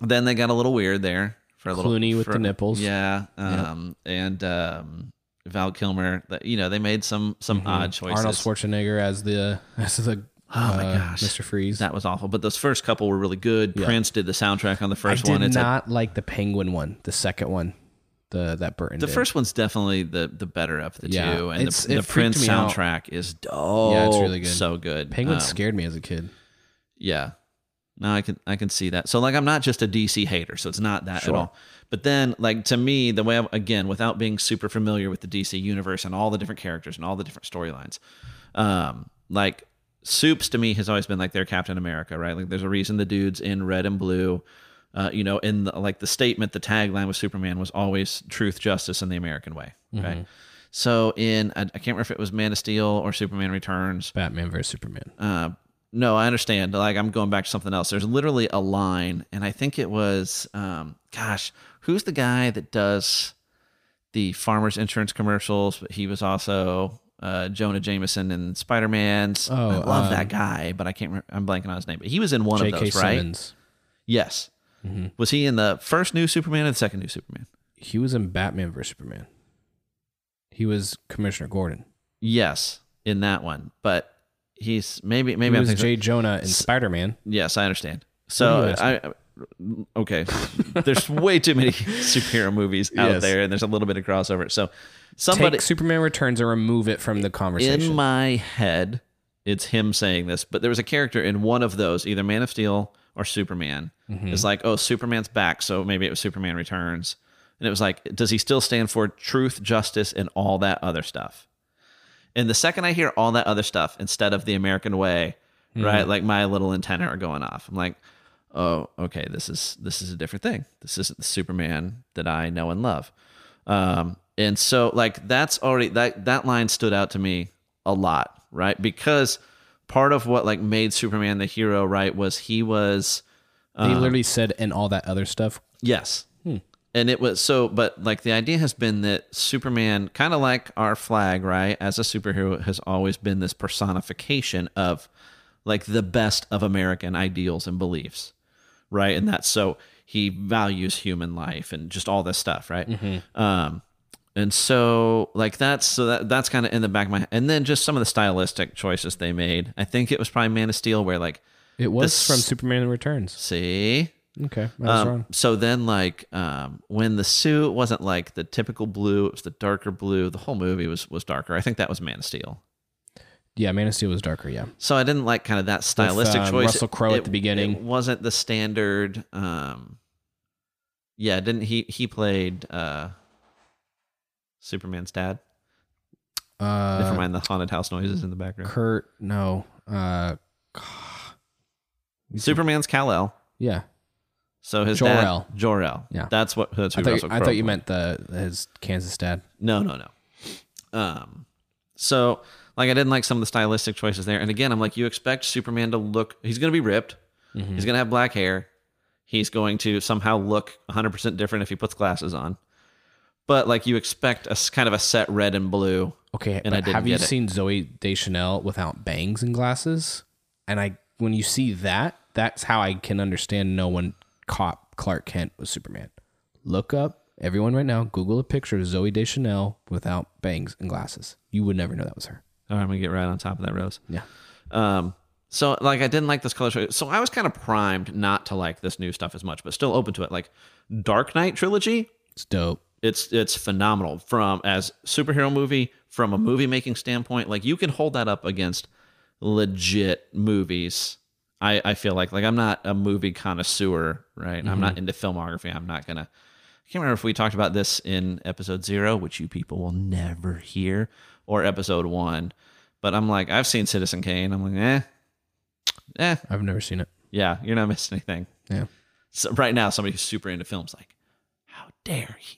Speaker 1: then they got a little weird there for a little
Speaker 2: Clooney with
Speaker 1: for-
Speaker 2: the nipples.
Speaker 1: Yeah. Um, and um, Val Kilmer. that- You know, they made some some odd choices.
Speaker 2: Mm-hmm. Arnold Schwarzenegger as the as the
Speaker 1: Oh my
Speaker 2: uh,
Speaker 1: gosh.
Speaker 2: Mr. Freeze.
Speaker 1: That was awful. But those first couple were really good. Prince did the soundtrack on the
Speaker 2: I
Speaker 1: first
Speaker 2: did
Speaker 1: one. It's a-
Speaker 2: not like the Penguin one, the second one, the that Burton.
Speaker 1: the
Speaker 2: did.
Speaker 1: first one's definreely the the better of the
Speaker 2: Yeah,
Speaker 1: two, and
Speaker 2: it's-
Speaker 1: the,
Speaker 2: it
Speaker 1: the
Speaker 2: freaked
Speaker 1: Prince
Speaker 2: me out.
Speaker 1: soundtrack is dope.
Speaker 2: really good.
Speaker 1: So good.
Speaker 2: Penguin
Speaker 1: Um,
Speaker 2: scared me as a kid.
Speaker 1: Yeah. No, I can I can see that. So like I'm not just a DC hater, so it's not that
Speaker 2: Sure.
Speaker 1: at all. But then like to me, the way I, again, without being super familiar with the DC universe and all the different characters and all the different storylines, um, like Soups to me has always been like their Captain America, right? Like there's a reason the dudes in red and blue, uh, you know, in the, like the statement, the tagline with Superman was always truth, justice, and the American way, right? So in I, I can't remember if it was Man of Steel or Superman Returns,
Speaker 2: Batman versus Superman.
Speaker 1: uh, no, I understand. Like I'm going back to something else. There's literally a line, and I think it was, um, gosh, who's the guy that does the farmers insurance commercials? But he was also uh, Jonah Jameson in Spider Man's. I
Speaker 2: Oh,
Speaker 1: love
Speaker 2: um,
Speaker 1: that guy, but I can't. Remember, I'm blanking on his name. But he was in one of
Speaker 2: J.K.
Speaker 1: those, right?
Speaker 2: Simmons. Mm-hmm.
Speaker 1: Yes. Was he in the first new Superman or the second new Superman?
Speaker 2: He was in Batman versus Superman. He was Commissioner Gordon.
Speaker 1: Yes, in that one. But he's maybe maybe
Speaker 2: he
Speaker 1: I'm
Speaker 2: was
Speaker 1: thinking-
Speaker 2: Jay Jonah in Spider Man.
Speaker 1: Yes, I understand.
Speaker 2: What
Speaker 1: So
Speaker 2: are
Speaker 1: I I- okay. there's way too many superhero movies out
Speaker 2: Yes.
Speaker 1: there, and there's a little bit of crossover. So
Speaker 2: Take
Speaker 1: somebody
Speaker 2: Superman Returns and remove it from the
Speaker 1: in
Speaker 2: conversation.
Speaker 1: my head, it's him saying this, but there was a character in one of those, either Man of Steel or Superman,
Speaker 2: Mm-hmm.
Speaker 1: is like, oh, Superman's back, so maybe it was Superman Returns, and it was like, does he still stand for truth, justice, and all that other stuff? And the second I hear all that other stuff instead of the American way, right? Like my little antenna are going off. I'm like, oh, okay, this is this is a different thing. This isn't the Superman that I know and love. Um, and so like that's already that that line stood out to me a lot, right? Because part of what like made Superman the hero, right, was he was
Speaker 2: they literally said and all that other stuff.
Speaker 1: Yes. And it was so, but like the idea has been that Superman, kind of like our flag, right, as a superhero, has always been this personification of like the best of American ideals and beliefs, right? And that's so he values human life and just all this stuff, right? Um, and so like that's so that that's kind of in the back of my and then just some of the stylistic choices they made. I think it was probably Man of Steel where like
Speaker 2: It was
Speaker 1: This-
Speaker 2: from Superman Returns.
Speaker 1: See,
Speaker 2: Okay, I was
Speaker 1: Um,
Speaker 2: wrong.
Speaker 1: So then, like, um, when the suit wasn't like the typical blue, it was the darker blue. The whole movie was was darker. I think that was Man of Steel.
Speaker 2: Yeah, Man of Steel was darker. Yeah,
Speaker 1: So I didn't like kind of that stylistic
Speaker 2: uh,
Speaker 1: choice.
Speaker 2: Russell Crowe at the beginning.
Speaker 1: It wasn't the standard. Um, yeah, didn't he? He played uh, Superman's dad.
Speaker 2: uh,
Speaker 1: Never mind the haunted house noises in the background.
Speaker 2: Kurt. No, uh,
Speaker 1: Superman's Kal El.
Speaker 2: yeah.
Speaker 1: So his
Speaker 2: Jor-El.
Speaker 1: dad Jor El.
Speaker 2: Yeah.
Speaker 1: that's what. That's who
Speaker 2: I thought,
Speaker 1: Russell
Speaker 2: you, I
Speaker 1: Crowe
Speaker 2: thought you
Speaker 1: played.
Speaker 2: meant the his Kansas dad.
Speaker 1: No, no, no. Um, so like I didn't like some of the stylistic choices there. And again, I'm like, you expect Superman to look. He's gonna be ripped. He's gonna have black hair. He's going to somehow look 100 percent different if he puts glasses on. But like you expect a s- kind of a set red and blue.
Speaker 2: Okay,
Speaker 1: And I
Speaker 2: but
Speaker 1: didn't
Speaker 2: have you
Speaker 1: get it.
Speaker 2: seen Zoe Deschanel without bangs and glasses? And I, when you see that, that's how I can understand no one caught Clark Kent was Superman. Look up everyone right now. Google a picture of Zoe Deschanel without bangs and glasses. You would never know that was her.
Speaker 1: All right, I'm gonna get right on top of that rose.
Speaker 2: Yeah.
Speaker 1: Um, so like I didn't like this color choice. So I was kind of primed not to like this new stuff as much, but still open to it. Like Dark Knight trilogy,
Speaker 2: It's dope.
Speaker 1: it's it's phenomenal from as superhero movie from a movie making standpoint like you can hold that up against legit movies i i feel like like i'm not a movie connoisseur right i'm not into filmography i'm not gonna i can't remember if we talked about this in episode zero which you people will never hear or episode one but i'm like i've seen citizen kane i'm like eh eh
Speaker 2: I've never seen it.
Speaker 1: yeah you're not missing anything
Speaker 2: Yeah.
Speaker 1: so right now somebody who's super into films like how dare he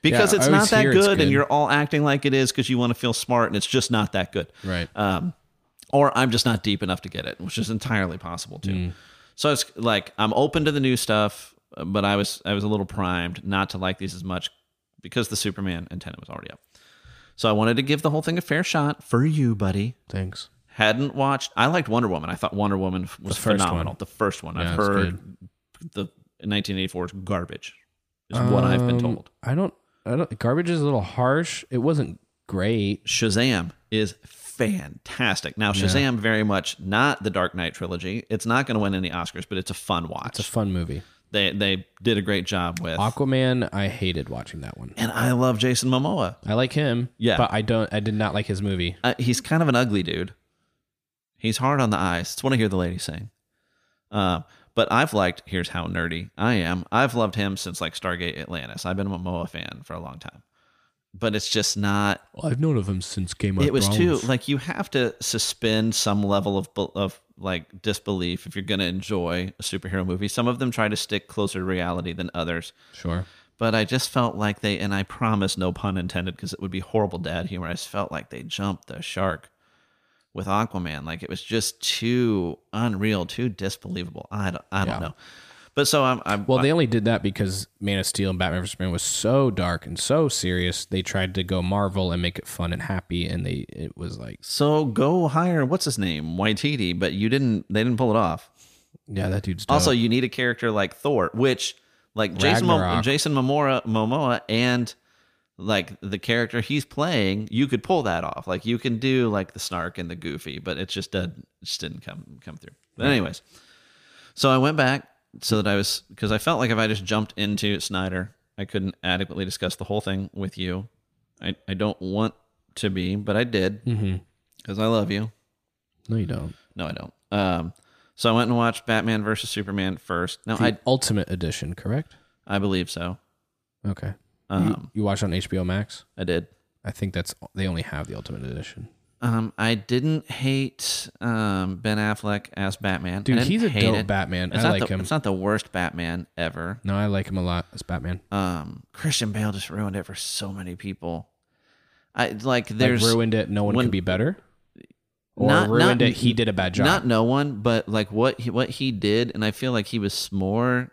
Speaker 1: because
Speaker 2: Yeah,
Speaker 1: it's
Speaker 2: I
Speaker 1: not
Speaker 2: always
Speaker 1: that
Speaker 2: hear
Speaker 1: good,
Speaker 2: it's good.
Speaker 1: and you're all acting like it is because you want to feel smart and it's just not that good
Speaker 2: Right.
Speaker 1: um, or i'm just not deep enough to get it which is entirely possible too
Speaker 2: Mm.
Speaker 1: so it's like i'm open to the new stuff uh, but i was i was a little primed not to like these as much because the superman antenna was already up so i wanted to give the whole thing a fair shot for you buddy
Speaker 2: Thanks.
Speaker 1: hadn't watched. I liked Wonder Woman. I thought Wonder Woman was
Speaker 2: first
Speaker 1: phenomenal.
Speaker 2: one.
Speaker 1: The first one.
Speaker 2: Yeah,
Speaker 1: I've
Speaker 2: it was
Speaker 1: heard the 1984 is garbage, is what I've
Speaker 2: Um,
Speaker 1: been told.
Speaker 2: I don't. I don't. Garbage is a little harsh. It wasn't great.
Speaker 1: Shazam is fantastic. Now Shazam very much not the Dark Knight trilogy. It's not going to win any Oscars, but it's a fun watch.
Speaker 2: It's a fun movie.
Speaker 1: they they did a great job with.
Speaker 2: Aquaman. I hated watching that one.
Speaker 1: and I love Jason Momoa.
Speaker 2: I like him.
Speaker 1: Yeah.
Speaker 2: But I don't. I did not like his movie.
Speaker 1: Uh, he's kind of an ugly dude. He's hard on the eyes. It's what I hear the lady saying. Uh, but I've liked. Here's how nerdy I am. I've loved him since like Stargate Atlantis. I've been a Momoa fan for a long time. But it's just not.
Speaker 2: I've known of him since Game of
Speaker 1: it was too like you have to suspend some level of bel- of like disbelief if you're gonna enjoy a superhero movie. Some of them try to stick closer to reality than others.
Speaker 2: sure.
Speaker 1: But I just felt like they, and I promise, no pun intended, because it would be horrible dad humor. I just felt like they jumped the shark with Aquaman. Like it was just too unreal, too disbelievable. I don't, I don't know. But so I'm, I'm
Speaker 2: Well, they only did that because Man of Steel and Batman vs Superman was so dark and so serious. They tried to go Marvel and make it fun and happy, and they it was like,
Speaker 1: so go hire what's his name, Waititi, but you didn't. They didn't pull it off.
Speaker 2: yeah, that dude's dope.
Speaker 1: Also, you need a character like Thor, which like Jason Mo-
Speaker 2: Ragnarok.
Speaker 1: Jason Momoa, Momoa and like the character he's playing, you could pull that off. Like you can do like the snark and the goofy, but it just did it just didn't come come through. But anyways, so I went back so that I was because I felt like if I just jumped into Snyder, I couldn't adequately discuss the whole thing with you. I I don't want to be, but I did because I love you.
Speaker 2: Mm-hmm. no, you don't.
Speaker 1: No, I don't. Um, so I went and watched Batman versus Superman first. No,
Speaker 2: The
Speaker 1: I
Speaker 2: Ultimate Edition, correct?
Speaker 1: I believe so.
Speaker 2: Okay.
Speaker 1: Um,
Speaker 2: You watch on HBO Max?
Speaker 1: I did.
Speaker 2: I think that's they only have the Ultimate Edition.
Speaker 1: Um, I didn't hate um, Ben Affleck as Batman. I
Speaker 2: Dude,
Speaker 1: didn't
Speaker 2: he's a
Speaker 1: hate
Speaker 2: dope
Speaker 1: it.
Speaker 2: Batman.
Speaker 1: It's
Speaker 2: I
Speaker 1: not
Speaker 2: like
Speaker 1: the,
Speaker 2: him.
Speaker 1: It's not the worst Batman ever.
Speaker 2: No, I like him a lot as Batman.
Speaker 1: Um, Christian Bale just ruined it for so many people. I like
Speaker 2: Like,
Speaker 1: there's
Speaker 2: ruined it. No one
Speaker 1: when-
Speaker 2: could be better. Or
Speaker 1: Not-
Speaker 2: ruined
Speaker 1: not-
Speaker 2: it. He did a bad job.
Speaker 1: Not no one, but like what he, what he did, and I feel like he was more.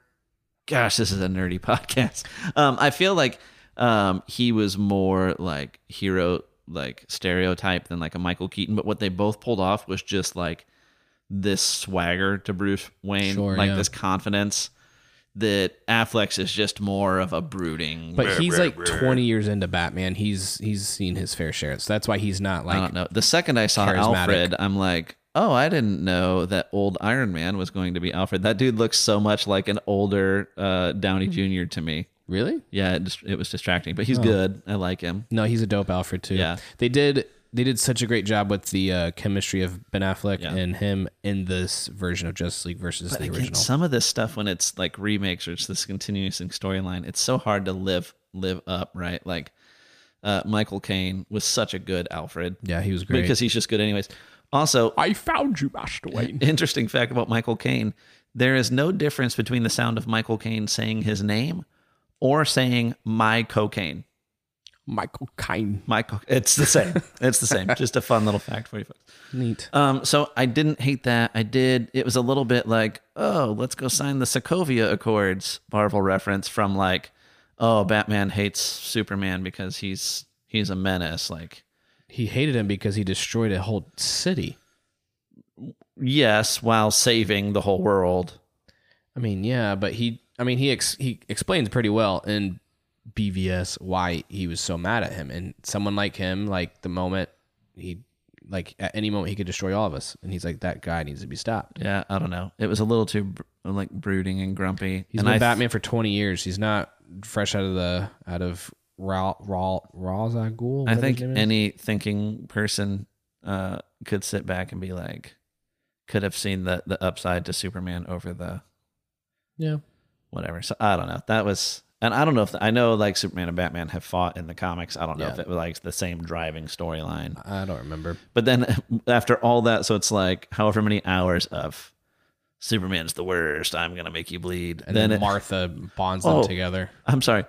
Speaker 1: Gosh, this is a nerdy podcast. Um, I feel like um, he was more like hero like stereotype than like a Michael Keaton. But what they both pulled off was just like this swagger to Bruce Wayne,
Speaker 2: Sure,
Speaker 1: like
Speaker 2: yeah.
Speaker 1: this confidence that Affleck's is just more of a brooding.
Speaker 2: But he's like 20 years into Batman. He's he's seen his fair share. So that's why he's not
Speaker 1: I
Speaker 2: like
Speaker 1: don't know. The second I saw
Speaker 2: charismatic.
Speaker 1: Alfred, I'm like, oh, I didn't know that old Iron Man was going to be Alfred. That dude looks so much like an older uh, Downey Jr. to me.
Speaker 2: Really?
Speaker 1: Yeah, it, dis- it was distracting, but he's
Speaker 2: Oh.
Speaker 1: good. I like him.
Speaker 2: No, he's a dope Alfred too.
Speaker 1: Yeah.
Speaker 2: They did they did such a great job with the uh, chemistry of Ben Affleck
Speaker 1: Yeah.
Speaker 2: and him in this version of Justice League versus the
Speaker 1: Again,
Speaker 2: original.
Speaker 1: some of this stuff when it's like remakes or it's this continuous storyline, it's so hard to live live up, right? Like uh, Michael Caine was such a good Alfred
Speaker 2: yeah, he was great.
Speaker 1: because he's just good anyways. Also,
Speaker 2: I found you, Master Wayne.
Speaker 1: interesting fact about Michael Caine: there is no difference between the sound of Michael Caine saying his name or saying "my cocaine."
Speaker 2: Michael Kine.
Speaker 1: Michael, it's the same. It's the same. Just a fun little fact for you folks.
Speaker 2: Neat.
Speaker 1: Um, so I didn't hate that. I did. It was a little bit like, oh, let's go sign the Sokovia Accords Marvel reference from like, oh, Batman hates Superman because he's he's a menace. Like,
Speaker 2: He hated him because he destroyed a whole city.
Speaker 1: yes, while saving the whole world.
Speaker 2: I mean, yeah, but he I mean, he ex, he explains pretty well in BVS why he was so mad at him and someone like him like the moment he like at any moment he could destroy all of us and he's like that guy needs to be stopped.
Speaker 1: Yeah, I don't know. It was a little too br- like brooding and grumpy.
Speaker 2: He's
Speaker 1: and
Speaker 2: been
Speaker 1: I th-
Speaker 2: Batman for 20 years. He's not fresh out of the out of Ra Ra Ra's al Ghul.
Speaker 1: I
Speaker 2: whatever his
Speaker 1: think
Speaker 2: name is.
Speaker 1: any thinking person uh, could sit back and be like, could have seen the the upside to Superman over the
Speaker 2: yeah.
Speaker 1: whatever. So I don't know. That was, and I don't know if I know like Superman and Batman have fought in the comics. I don't know
Speaker 2: Yeah.
Speaker 1: if it was like the same driving storyline.
Speaker 2: I don't remember.
Speaker 1: But then after all that, so it's like however many hours of Superman's the worst. I'm gonna make you bleed.
Speaker 2: And then,
Speaker 1: it-
Speaker 2: Martha bonds
Speaker 1: Oh.
Speaker 2: them together.
Speaker 1: I'm sorry.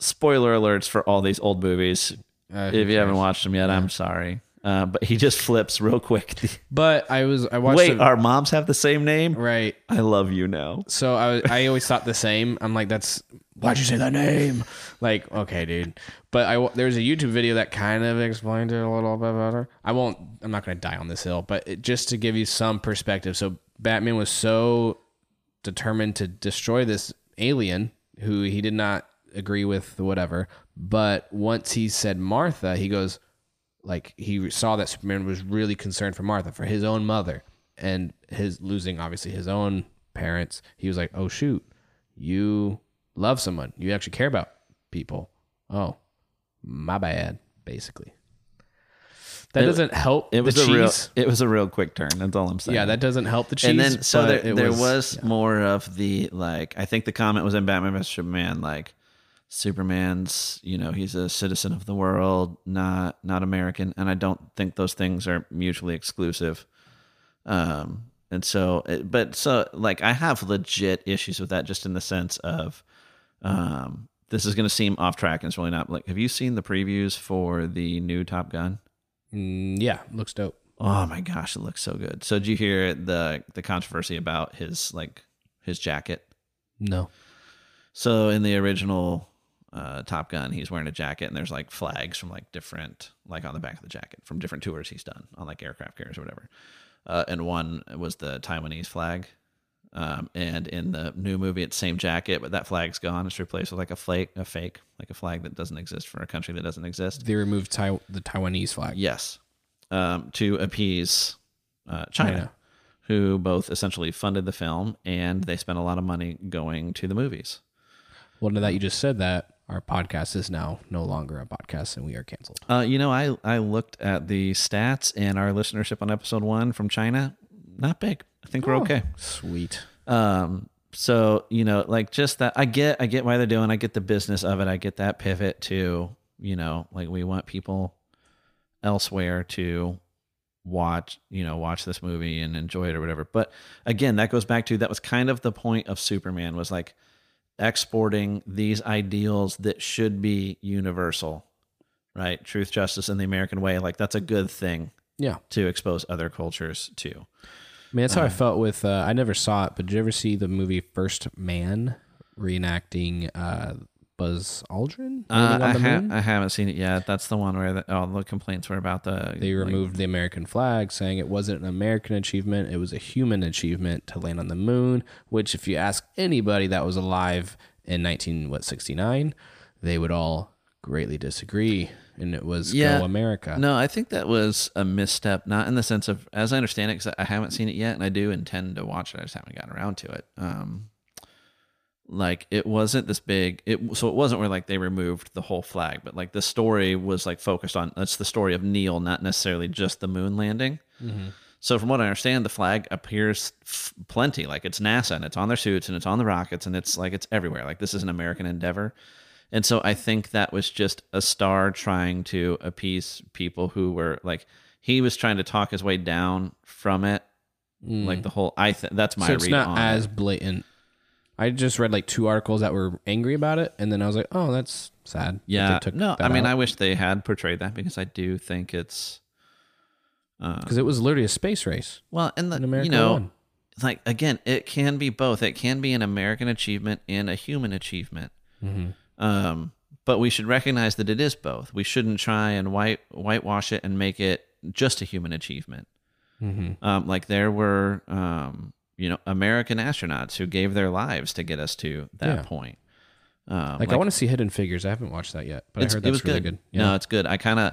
Speaker 1: Spoiler alerts for all these old movies.
Speaker 2: Uh,
Speaker 1: If you haven't watched them yet, I'm sorry. Uh, but he just flips real quick.
Speaker 2: but I was I watched
Speaker 1: Wait, uh
Speaker 2: the-
Speaker 1: our moms have the same name.
Speaker 2: right.
Speaker 1: I love you now.
Speaker 2: So I I always thought the same. I'm like that's why'd you say that name? Like okay, dude. But I wa- there's a YouTube video that kind of explained it a little bit better. I won't. I'm not gonna die on this hill, but it, just to give you some perspective. So Batman was so determined to destroy this alien who he did not agree with whatever but once he said martha he goes like he saw that superman was really concerned for martha for his own mother and his losing obviously his own parents he was like oh shoot you love someone you actually care about people oh my bad basically that
Speaker 1: It-
Speaker 2: doesn't help
Speaker 1: It
Speaker 2: the
Speaker 1: was a real.
Speaker 2: cheese.
Speaker 1: It was a real quick turn. That's all I'm saying.
Speaker 2: yeah that doesn't help the cheese
Speaker 1: and then so
Speaker 2: but
Speaker 1: there,
Speaker 2: it
Speaker 1: there was more of the like i think the comment was in batman vs superman like superman's you know he's a citizen of the world not not american and i don't think those things are mutually exclusive um and so it- but so like i have legit issues with that just in the sense of um this is going to seem off track and it's really not like have you seen the previews for the new top gun
Speaker 2: Mm, yeah looks dope
Speaker 1: Oh my gosh, it looks so good. So did you hear the the controversy about his like his jacket?
Speaker 2: no
Speaker 1: So in the original uh, Top Gun, he's wearing a jacket, and there's like flags from like different like on the back of the jacket from different tours he's done on like aircraft carriers or whatever. Uh, and one was the Taiwanese flag. Um, and in the new movie, it's same jacket, but that flag's gone. It's replaced with like a flake, a fake, like a flag that doesn't exist for a country that doesn't exist.
Speaker 2: they removed Tai- the Taiwanese flag.
Speaker 1: Yes, um, to appease uh, China,
Speaker 2: China.
Speaker 1: who both essentially funded the film and they spent a lot of money going to the movies.
Speaker 2: Well, now that you just said that, our podcast is now no longer a podcast and we are canceled.
Speaker 1: Uh, you know, I I looked at the stats and our listenership on episode one from China, not big. I think
Speaker 2: Oh.
Speaker 1: we're okay.
Speaker 2: Sweet.
Speaker 1: Um, so you know, like just that, I get, I get why they're doing. I get the business of it. I get that pivot to, you know, like we want people elsewhere to watch, you know, watch this movie and enjoy it or whatever. But again, that goes back to that was kind of the point of Superman was like exporting these ideals that should be universal, right? Truth, justice, and the American way. Like that's a good thing
Speaker 2: Yeah.
Speaker 1: to expose other cultures to.
Speaker 2: I mean, that's how
Speaker 1: Uh-huh.
Speaker 2: I felt with, uh, I never saw it, but did you ever see the movie First Man reenacting uh, Buzz Aldrin?
Speaker 1: Uh,
Speaker 2: Living
Speaker 1: I,
Speaker 2: on the
Speaker 1: ha-
Speaker 2: moon?
Speaker 1: I haven't seen it yet. That's the one where the, all the complaints were about the.
Speaker 2: they
Speaker 1: like-
Speaker 2: removed the American flag, saying it wasn't an American achievement, it was a human achievement to land on the moon, which, if you ask anybody that was alive in 19, what, 69, they would all greatly disagree, and it was
Speaker 1: Yeah.
Speaker 2: Go America.
Speaker 1: No, I think that was a misstep, not in the sense of, as I understand it, because I haven't seen it yet and I do intend to watch it. I just haven't gotten around to it. Um, like it wasn't this big it so it wasn't where like they removed the whole flag but like the story was like focused on that's the story of neil not necessarily just the moon landing so from what i understand the flag appears f- plenty like it's nasa and it's on their suits and it's on the rockets and it's like it's everywhere like this is an american endeavor and so i think that was just a star trying to appease people who were like he was trying to talk his way down from it like the whole i th- that's my
Speaker 2: Hmm. so it's
Speaker 1: read
Speaker 2: not
Speaker 1: on it.
Speaker 2: as blatant. I just read like two articles that were angry about it, and then I was like, "Oh, that's sad." that they
Speaker 1: Yeah.
Speaker 2: took
Speaker 1: no,
Speaker 2: that
Speaker 1: I mean,
Speaker 2: out.
Speaker 1: I wish they had portrayed that because I do think it's
Speaker 2: because it was literally a space race.
Speaker 1: well, and the
Speaker 2: And America
Speaker 1: you know,
Speaker 2: won.
Speaker 1: like again, it can be both. It can be an American achievement and a human achievement. Um, but we should recognize that it is both. We shouldn't try and white whitewash it and make it just a human achievement. Um, like there were, um, you know, American astronauts who gave their lives to get us to that
Speaker 2: Yeah.
Speaker 1: point. Um,
Speaker 2: Like, I want to see Hidden Figures. I haven't watched that yet, but I
Speaker 1: it's-
Speaker 2: heard
Speaker 1: it
Speaker 2: that's
Speaker 1: was
Speaker 2: really
Speaker 1: good.
Speaker 2: good. Yeah,
Speaker 1: No, it's good. I kind of,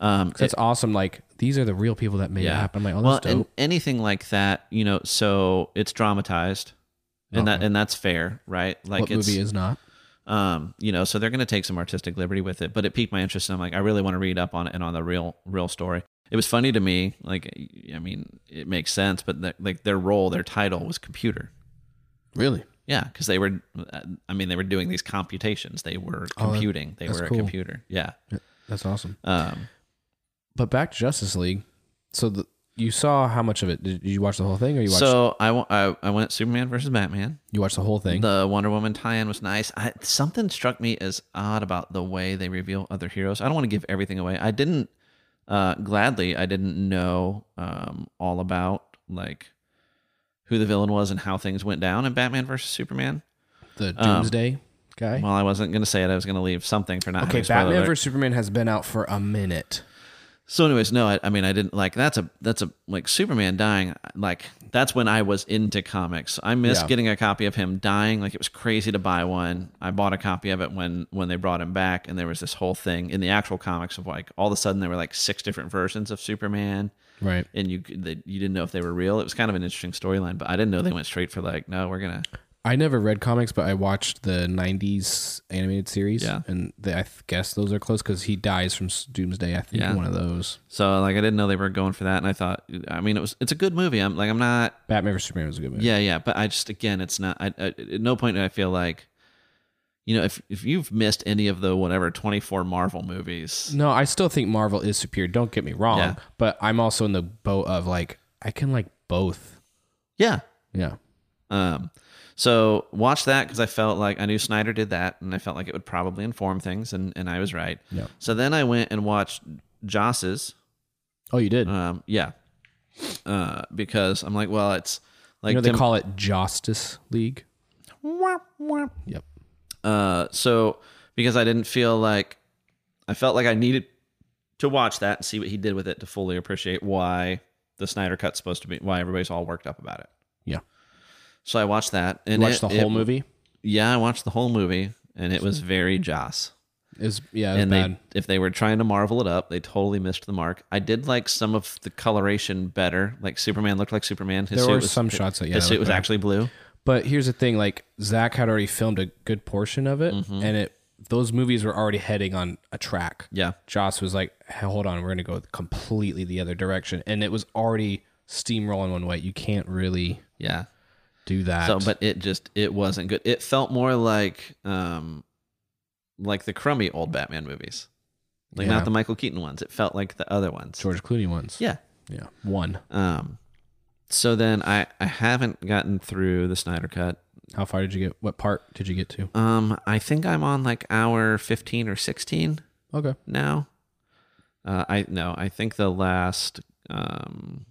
Speaker 1: um,
Speaker 2: 'Cause that's awesome. Like these are the real people that made it happen. I'm like, oh,
Speaker 1: well,
Speaker 2: that's dope.
Speaker 1: and anything like that, you know, so it's dramatized, and that and that's fair, right? Like
Speaker 2: Oh. what
Speaker 1: it's,
Speaker 2: movie is not?
Speaker 1: um, you know, so they're going to take some artistic liberty with it, but it piqued my interest, and I'm like, I really want to read up on it and on the real, real story. It was funny to me, like, I mean, it makes sense, but the, like their role, their title was computer.
Speaker 2: Really?
Speaker 1: Yeah, because they were, I mean, they were doing these computations. They were
Speaker 2: Oh, that-
Speaker 1: computing. they
Speaker 2: that's
Speaker 1: were
Speaker 2: cool.
Speaker 1: a computer. Yeah.
Speaker 2: That's awesome.
Speaker 1: Um,
Speaker 2: But back to Justice League. So the, you saw how much of it? Did you watch the whole thing, or you watched
Speaker 1: so I, wa- I, I went Superman versus Batman.
Speaker 2: you watched the whole thing?
Speaker 1: The Wonder Woman tie-in was nice. I, something struck me as odd about the way they reveal other heroes. I don't want to give everything away. I didn't uh, gladly. I didn't know um, all about like who the villain was and how things went down in Batman versus Superman.
Speaker 2: The Doomsday guy.
Speaker 1: um, Well, I wasn't going to say it. I was going to leave something for not.
Speaker 2: okay,
Speaker 1: having a spoiler
Speaker 2: Batman
Speaker 1: alert.
Speaker 2: vs Superman has been out for a minute.
Speaker 1: So, anyways, no, I, I mean, I didn't like that's a that's a like Superman dying. Like that's when I was into comics. I missed
Speaker 2: Yeah.
Speaker 1: getting a copy of him dying. Like it was crazy to buy one. I bought a copy of it when when they brought him back, and there was this whole thing in the actual comics of like all of a sudden there were like six different versions of Superman,
Speaker 2: Right.
Speaker 1: and you could- that you didn't know if they were real. It was kind of an interesting storyline, but I didn't know they went straight for like no, we're gonna
Speaker 2: I never read comics, but I watched the '90s animated series,
Speaker 1: Yeah.
Speaker 2: and they, I th- guess those are close because he dies from s- Doomsday. I think
Speaker 1: Yeah.
Speaker 2: one of those.
Speaker 1: so like I didn't know they were going for that, and I thought I mean it was it's a good movie. I'm like I'm not
Speaker 2: Batman vs Superman was a good movie.
Speaker 1: Yeah, yeah, but I just again, it's not. I, I, at no point do I feel like, you know, if if you've missed any of the whatever twenty four Marvel movies,
Speaker 2: No, I still think Marvel is superior. Don't get me wrong,
Speaker 1: Yeah.
Speaker 2: but I'm also in the boat of like I can like both.
Speaker 1: yeah.
Speaker 2: Yeah.
Speaker 1: Um, so watch that because I felt like I knew Snyder did that, and I felt like it would probably inform things, and and I was right.
Speaker 2: Yeah.
Speaker 1: So then I went and watched Joss's.
Speaker 2: Oh, you did.
Speaker 1: Um, yeah. Uh, because I'm like, well, it's like
Speaker 2: you know they
Speaker 1: Tim-
Speaker 2: call it Justice League. Yep.
Speaker 1: Uh, so because I didn't feel like I felt like I needed to watch that and see what he did with it to fully appreciate why the Snyder cut's supposed to be why everybody's all worked up about it.
Speaker 2: Yeah.
Speaker 1: So I watched that and
Speaker 2: Watch
Speaker 1: it-
Speaker 2: the whole
Speaker 1: it-
Speaker 2: movie.
Speaker 1: Yeah, I watched the whole movie and it was very Joss.
Speaker 2: Is yeah, it was
Speaker 1: And
Speaker 2: bad.
Speaker 1: they, if they were trying to marvel it up, they totally missed the mark. I did like some of the coloration better. Like Superman looked like Superman. His
Speaker 2: there
Speaker 1: suit
Speaker 2: were
Speaker 1: was,
Speaker 2: some shots that yeah,
Speaker 1: his
Speaker 2: that
Speaker 1: suit
Speaker 2: looked
Speaker 1: was
Speaker 2: bad.
Speaker 1: actually blue.
Speaker 2: But here's the thing: like Zach had already filmed a good portion of it,
Speaker 1: Mm-hmm.
Speaker 2: and it those movies were already heading on a track.
Speaker 1: Yeah.
Speaker 2: Joss was like, "Hey, "Hold on, we're gonna go completely the other direction," and it was already steamrolling one way. You can't really
Speaker 1: Yeah.
Speaker 2: do that.
Speaker 1: So, but it just it wasn't good. It felt more like um, like the crummy old Batman movies, like
Speaker 2: Yeah.
Speaker 1: not the Michael Keaton ones. It felt like the other ones.
Speaker 2: George Clooney ones.
Speaker 1: Yeah.
Speaker 2: yeah, one.
Speaker 1: Um. So then I I haven't gotten through the Snyder cut.
Speaker 2: How far did you get? What part did you get to?
Speaker 1: Um. I think I'm on like hour fifteen or sixteen
Speaker 2: Okay,
Speaker 1: now. Uh, I no. I think the last. Um.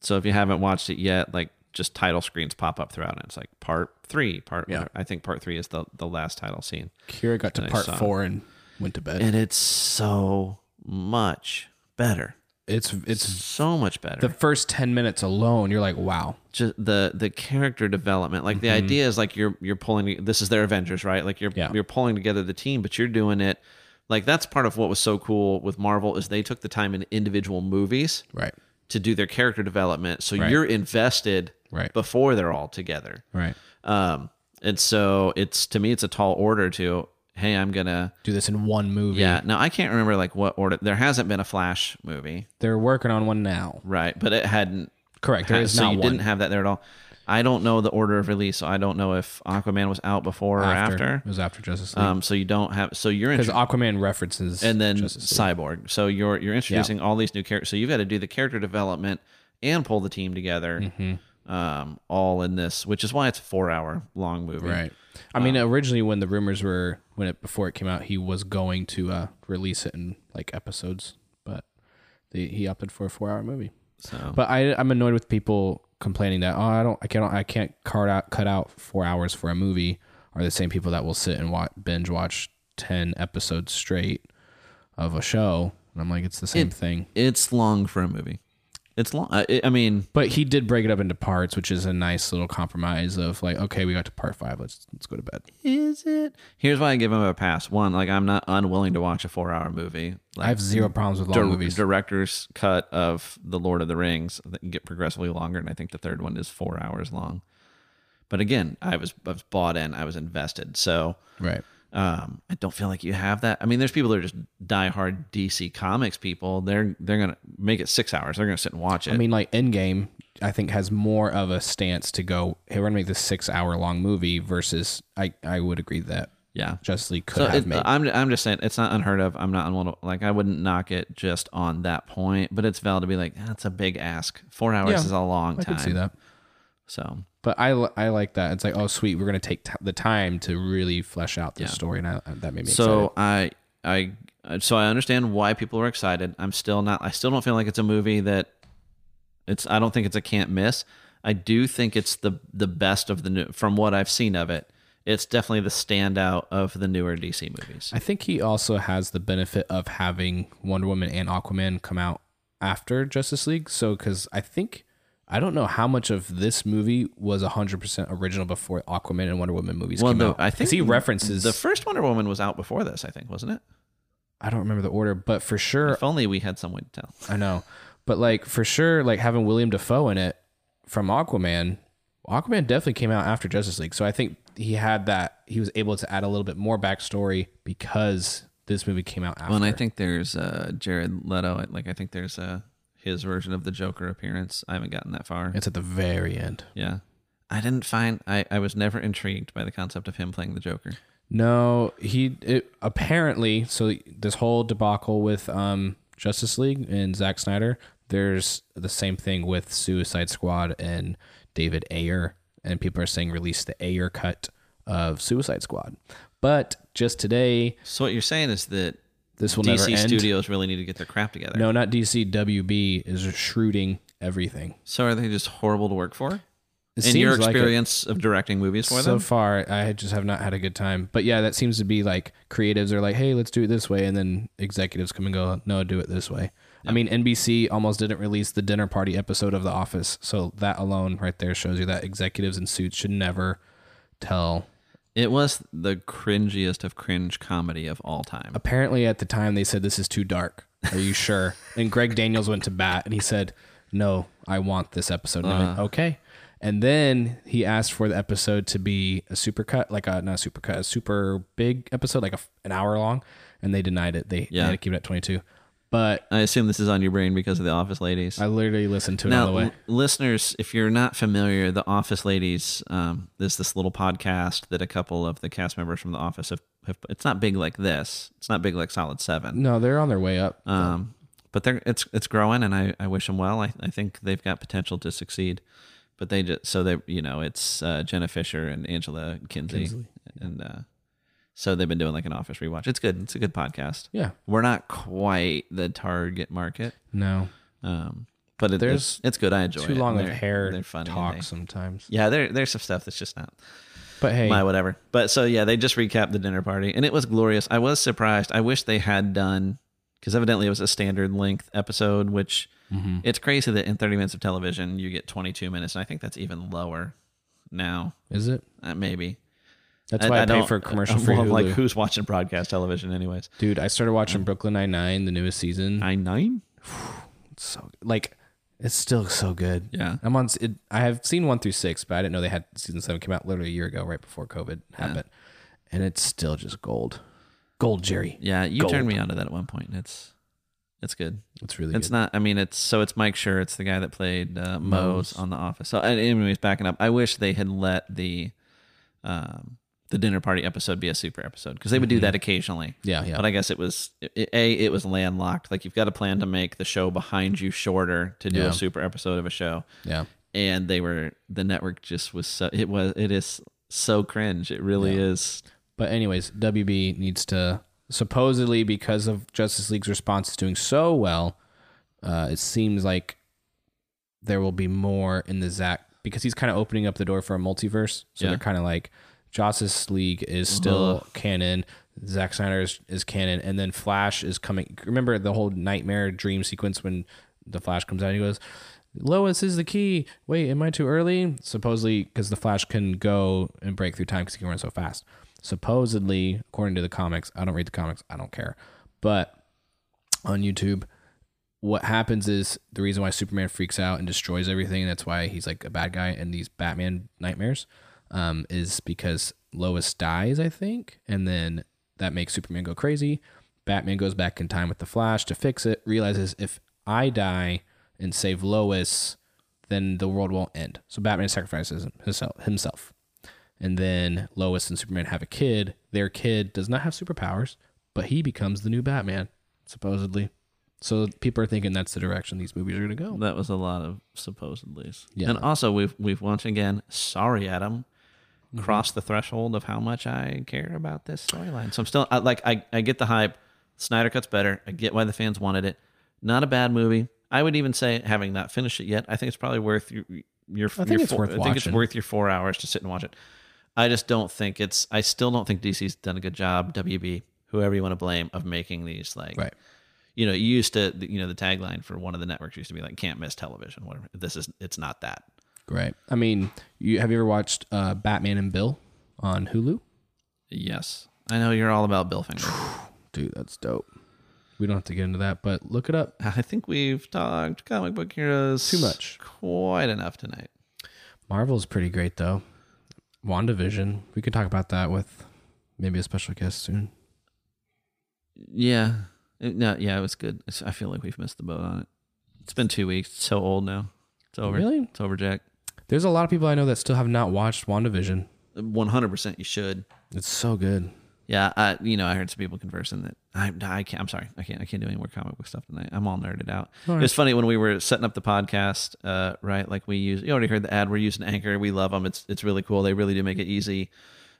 Speaker 1: So if you haven't watched it yet, like just title screens pop up throughout, and it's like part three, part.
Speaker 2: Yeah.
Speaker 1: I think part three is the the last title scene.
Speaker 2: Kira got to
Speaker 1: Nice
Speaker 2: part
Speaker 1: song.
Speaker 2: four and went to bed.
Speaker 1: and it's so much better.
Speaker 2: it's it's
Speaker 1: So much better.
Speaker 2: the first ten minutes alone. You're like, wow.
Speaker 1: Just the the character development, like the idea is like you're you're pulling. This is their Avengers, right? Like you're
Speaker 2: Mm-hmm. Yeah.
Speaker 1: you're pulling together the team, but you're doing it Like that's part of what was so cool with Marvel is they took the time in individual movies
Speaker 2: Right.
Speaker 1: to do their character development, so you're invested
Speaker 2: Right.
Speaker 1: before they're all together.
Speaker 2: Right.
Speaker 1: Um, and so it's to me, it's a tall order to hey, I'm gonna
Speaker 2: Do this in one movie.
Speaker 1: yeah. Now I can't remember like what order. There hasn't been a Flash movie,
Speaker 2: They're working on one now.
Speaker 1: right? But it hadn't.
Speaker 2: Correct. There is
Speaker 1: so
Speaker 2: not
Speaker 1: you
Speaker 2: one.
Speaker 1: didn't have that there at all. I don't know the order of release, so I don't know if Aquaman was out before or after.
Speaker 2: It was after Uh, Justice League.
Speaker 1: Um, so you don't have so you're
Speaker 2: Because
Speaker 1: introducing
Speaker 2: Aquaman references.
Speaker 1: and then cyborg. So you're you're introducing all these new characters. So you've got to do the character development and pull the team together, um, all in this, which is why it's a four hour long movie.
Speaker 2: Right. I mean,
Speaker 1: Um,
Speaker 2: originally when the rumors were when it before it came out, he was going to uh, release it in like episodes, but they, he opted for a four-hour movie.
Speaker 1: So
Speaker 2: But I, I'm annoyed with people complaining that oh, I don't, I can't, I can't card out, cut out four hours for a movie. Are the same people that will sit and watch, binge watch ten episodes straight of a show, and I'm like, it's the same thing.
Speaker 1: it's long for a movie. It's long. uh, I, I mean,
Speaker 2: But he did break it up into parts, which is a nice little compromise of like, okay, we got to part five, let's let's go to bed.
Speaker 1: is it? Here's why I give him a pass. One, like I'm not unwilling to watch a four hour movie.
Speaker 2: I
Speaker 1: Like
Speaker 2: have zero problems with long
Speaker 1: dir-
Speaker 2: movies.
Speaker 1: director's cut of the Lord of the Rings that get progressively longer, and I think the third one is four hours long. But again, I was I was bought in. I was invested. So
Speaker 2: right.
Speaker 1: um, I don't feel like you have that. I mean, there's people that are just diehard DC comics people. They're they're gonna make it six hours. They're gonna sit and watch it.
Speaker 2: I mean, like Endgame, I think has more of a stance to go. Hey, we're gonna make this six-hour-long movie versus I. I would agree that
Speaker 1: yeah.
Speaker 2: Justice League could
Speaker 1: So
Speaker 2: have
Speaker 1: it, uh,
Speaker 2: made.
Speaker 1: I'm I'm just saying it's not unheard of. I'm not unwilling. Like I wouldn't knock it just on that point, but it's valid to be like that's a big ask. Four hours
Speaker 2: Yeah,
Speaker 1: is a long
Speaker 2: I
Speaker 1: time.
Speaker 2: could see that,
Speaker 1: So
Speaker 2: but I li- I like that. It's like, oh, sweet, we're gonna take t- the time to really flesh out this story, and I, that made me
Speaker 1: so I I uh, so I understand why people are excited. I'm still not. I still don't feel like it's a movie that it's. I don't think it's a can't miss. I do think it's the the best of the new from what I've seen of it. It's definitely the standout of the newer DC movies.
Speaker 2: I think he also has the benefit of having Wonder Woman and Aquaman come out after Justice League. So, because I think, I don't know how much of this movie was 100% original before Aquaman and Wonder Woman movies
Speaker 1: Well,
Speaker 2: came
Speaker 1: no,
Speaker 2: out.
Speaker 1: I think
Speaker 2: 'Cause he references,
Speaker 1: The first Wonder Woman was out before this, I think, wasn't it?
Speaker 2: I don't remember the order, but for sure,
Speaker 1: If only we had someone to tell.
Speaker 2: I know, but like for sure, like having William Defoe in it from Aquaman, Aquaman definitely came out after Justice League. So I think he had that, he was able to add a little bit more backstory because this movie came out after.
Speaker 1: Well, and I think there's uh, Jared Leto. Like I think there's uh, his version of the Joker appearance. I haven't gotten that far.
Speaker 2: it's at the very end.
Speaker 1: Yeah. I didn't find I, I was never intrigued by the concept of him playing the Joker.
Speaker 2: No, he it, apparently. So this whole debacle with um Justice League and Zack Snyder. There's the same thing with Suicide Squad and David Ayer, and people are saying release the Ayer cut of Suicide Squad. But just today,
Speaker 1: So what you're saying is that
Speaker 2: this will never
Speaker 1: DC
Speaker 2: end.
Speaker 1: studios really need to get their crap together.
Speaker 2: No, not DC. WB is shrewding everything.
Speaker 1: So are they just horrible to work for?
Speaker 2: It
Speaker 1: In your
Speaker 2: seems like it.
Speaker 1: experience of directing movies for
Speaker 2: so
Speaker 1: them?
Speaker 2: far i just have not had a good time but yeah that seems to be like creatives are like hey let's do it this way and then executives come and go no do it this way i mean nbc almost didn't release the dinner party episode of the office so that alone right there shows you that executives in suits should never tell
Speaker 1: It was the cringiest of cringe comedy of all time.
Speaker 2: apparently at the time they said this is too dark are you sure and greg daniels went to bat and he said no i want this episode And I
Speaker 1: Uh-huh.
Speaker 2: went, okay and then he asked for the episode to be a supercut like a not a supercut a super big episode like a, an hour long and they denied it they, they
Speaker 1: Yeah.
Speaker 2: had to keep it at 22 but
Speaker 1: I assume this is on your brain because of the Office Ladies.
Speaker 2: i literally listened to it all
Speaker 1: now,
Speaker 2: the way
Speaker 1: l- listeners, if you're not familiar, the Office Ladies um, is this little podcast that a couple of the cast members from the Office have. have it's not big like this. It's not big like Solid Seven.
Speaker 2: no they're on their way up
Speaker 1: Um, but they're it's it's growing, and I, I wish them well. I, I think they've got potential to succeed. But they just so they you know it's uh, Jenna Fisher and Angela Kinsey, and uh, so they've been doing like an Office rewatch. It's good. It's a good podcast.
Speaker 2: yeah
Speaker 1: We're not quite the target market,
Speaker 2: no
Speaker 1: um, but it,
Speaker 2: There's
Speaker 1: it's, it's good. I enjoy
Speaker 2: too
Speaker 1: it.
Speaker 2: long of
Speaker 1: They're-
Speaker 2: hair
Speaker 1: They're funny. and
Speaker 2: talk
Speaker 1: they-
Speaker 2: sometimes
Speaker 1: yeah, there there's some stuff that's just not
Speaker 2: but hey
Speaker 1: my whatever. But so yeah, they just recapped the dinner party, and it was glorious. I was surprised. I wish they had done because evidently it was a standard length episode, which
Speaker 2: Mm-hmm.
Speaker 1: it's crazy that in 30 minutes of television you get 22 minutes, and I think that's even lower now,
Speaker 2: is it
Speaker 1: uh, maybe.
Speaker 2: That's
Speaker 1: I-
Speaker 2: why I,
Speaker 1: I
Speaker 2: pay
Speaker 1: don't-
Speaker 2: for commercial
Speaker 1: I'm
Speaker 2: free Hulu.
Speaker 1: like, who's watching broadcast television, anyways?
Speaker 2: Dude, I started watching Brooklyn Nine Nine, the newest season.
Speaker 1: I nine.
Speaker 2: It's so like, it's still so good.
Speaker 1: Yeah.
Speaker 2: I'm on. s- It, I have seen one through six, but I didn't know they had season seven came out literally a year ago, right before COVID happened, and it's still just gold, gold, Jerry.
Speaker 1: Yeah, you
Speaker 2: Gold.
Speaker 1: turned me onto that at one point, and it's it's good.
Speaker 2: It's really
Speaker 1: It's
Speaker 2: good.
Speaker 1: not. I mean, it's so it's Mike Schur. It's the guy that played uh, Moe's on The Office. So, and anyways, backing up, I wish they had let the um, the dinner party episode be a super episode because they would do that occasionally.
Speaker 2: Yeah, Mm-hmm. yeah.
Speaker 1: But I guess it was it, it- a it was landlocked. Like you've got a plan to make the show behind you shorter to do
Speaker 2: Yeah.
Speaker 1: a super episode of a show,
Speaker 2: yeah,
Speaker 1: and they were the network just was so it was it is so cringe. It really is.
Speaker 2: but anyways, WB needs to supposedly because of Justice League's response is doing so well, uh, it seems like there will be more in the Zach because he's kind of opening up the door for a multiverse. So
Speaker 1: Yeah.
Speaker 2: they're kind of like Justice League is still canon, Zack Snyder is, is canon, and then Flash is coming. Remember the whole nightmare dream sequence when the Flash comes out and he goes, Lois is the key. Wait, am I too early? Supposedly, because the Flash can go and break through time because he can run so fast. Supposedly, according to the comics, I don't read the comics, I don't care. But on YouTube, what happens is the reason why Superman freaks out and destroys everything, and that's why he's like a bad guy in these Batman nightmares, um, is because Lois dies, I think, and then that makes Superman go crazy. Batman goes back in time with the Flash to fix it, realizes if I die and save Lois, then the world won't end. So Batman sacrifices himself himself. And then Lois and Superman have a kid. Their kid does not have superpowers, but he becomes the new Batman, supposedly. So people are thinking that's the direction these movies are going to go.
Speaker 1: That was a lot of supposedlys.
Speaker 2: Yeah.
Speaker 1: And also we've we've once again, sorry Adam, crossed the threshold of how much I care about this storyline. So I'm still I, like I, I get the hype. Snyder cuts better. I get why the fans wanted it. Not a bad movie. I would even say having not finished it yet, I think it's probably worth your your I
Speaker 2: think it's worth
Speaker 1: I think it's
Speaker 2: watching.
Speaker 1: worth your 4 hours to sit and watch it. I just don't think it's I still don't think DC's done a good job, WB, whoever you want to blame of making these like
Speaker 2: Right.
Speaker 1: you know, you used to, you know, the tagline for one of the networks used to be like, can't miss television, whatever. This is, it's not that.
Speaker 2: Right. I mean, you have you ever watched uh, Batman and Bill on Hulu?
Speaker 1: Yes. I know you're all about Bill Finger.
Speaker 2: Dude, that's dope. We don't have to get into that, but look it up.
Speaker 1: I think we've talked comic book heroes
Speaker 2: Too much.
Speaker 1: quite enough tonight.
Speaker 2: Marvel's pretty great though. WandaVision. We could talk about that with maybe a special guest soon.
Speaker 1: Yeah. It- no, yeah, it was good. It's, I feel like we've missed the boat on it. It's been two weeks. It's so old now. It's over.
Speaker 2: Really?
Speaker 1: It's over, Jack.
Speaker 2: There's a lot of people I know that still have not watched WandaVision.
Speaker 1: 100% you should.
Speaker 2: It's so good.
Speaker 1: Yeah, I, you know, I heard some people conversing that I, I can't. I'm sorry, I can't. I can't do any more comic book stuff tonight. I'm all nerded out. It was funny when we were setting up the podcast, uh, right? Like we use. You already heard the ad. We're using Anchor. We love them. It's it's really cool. They really do make it easy.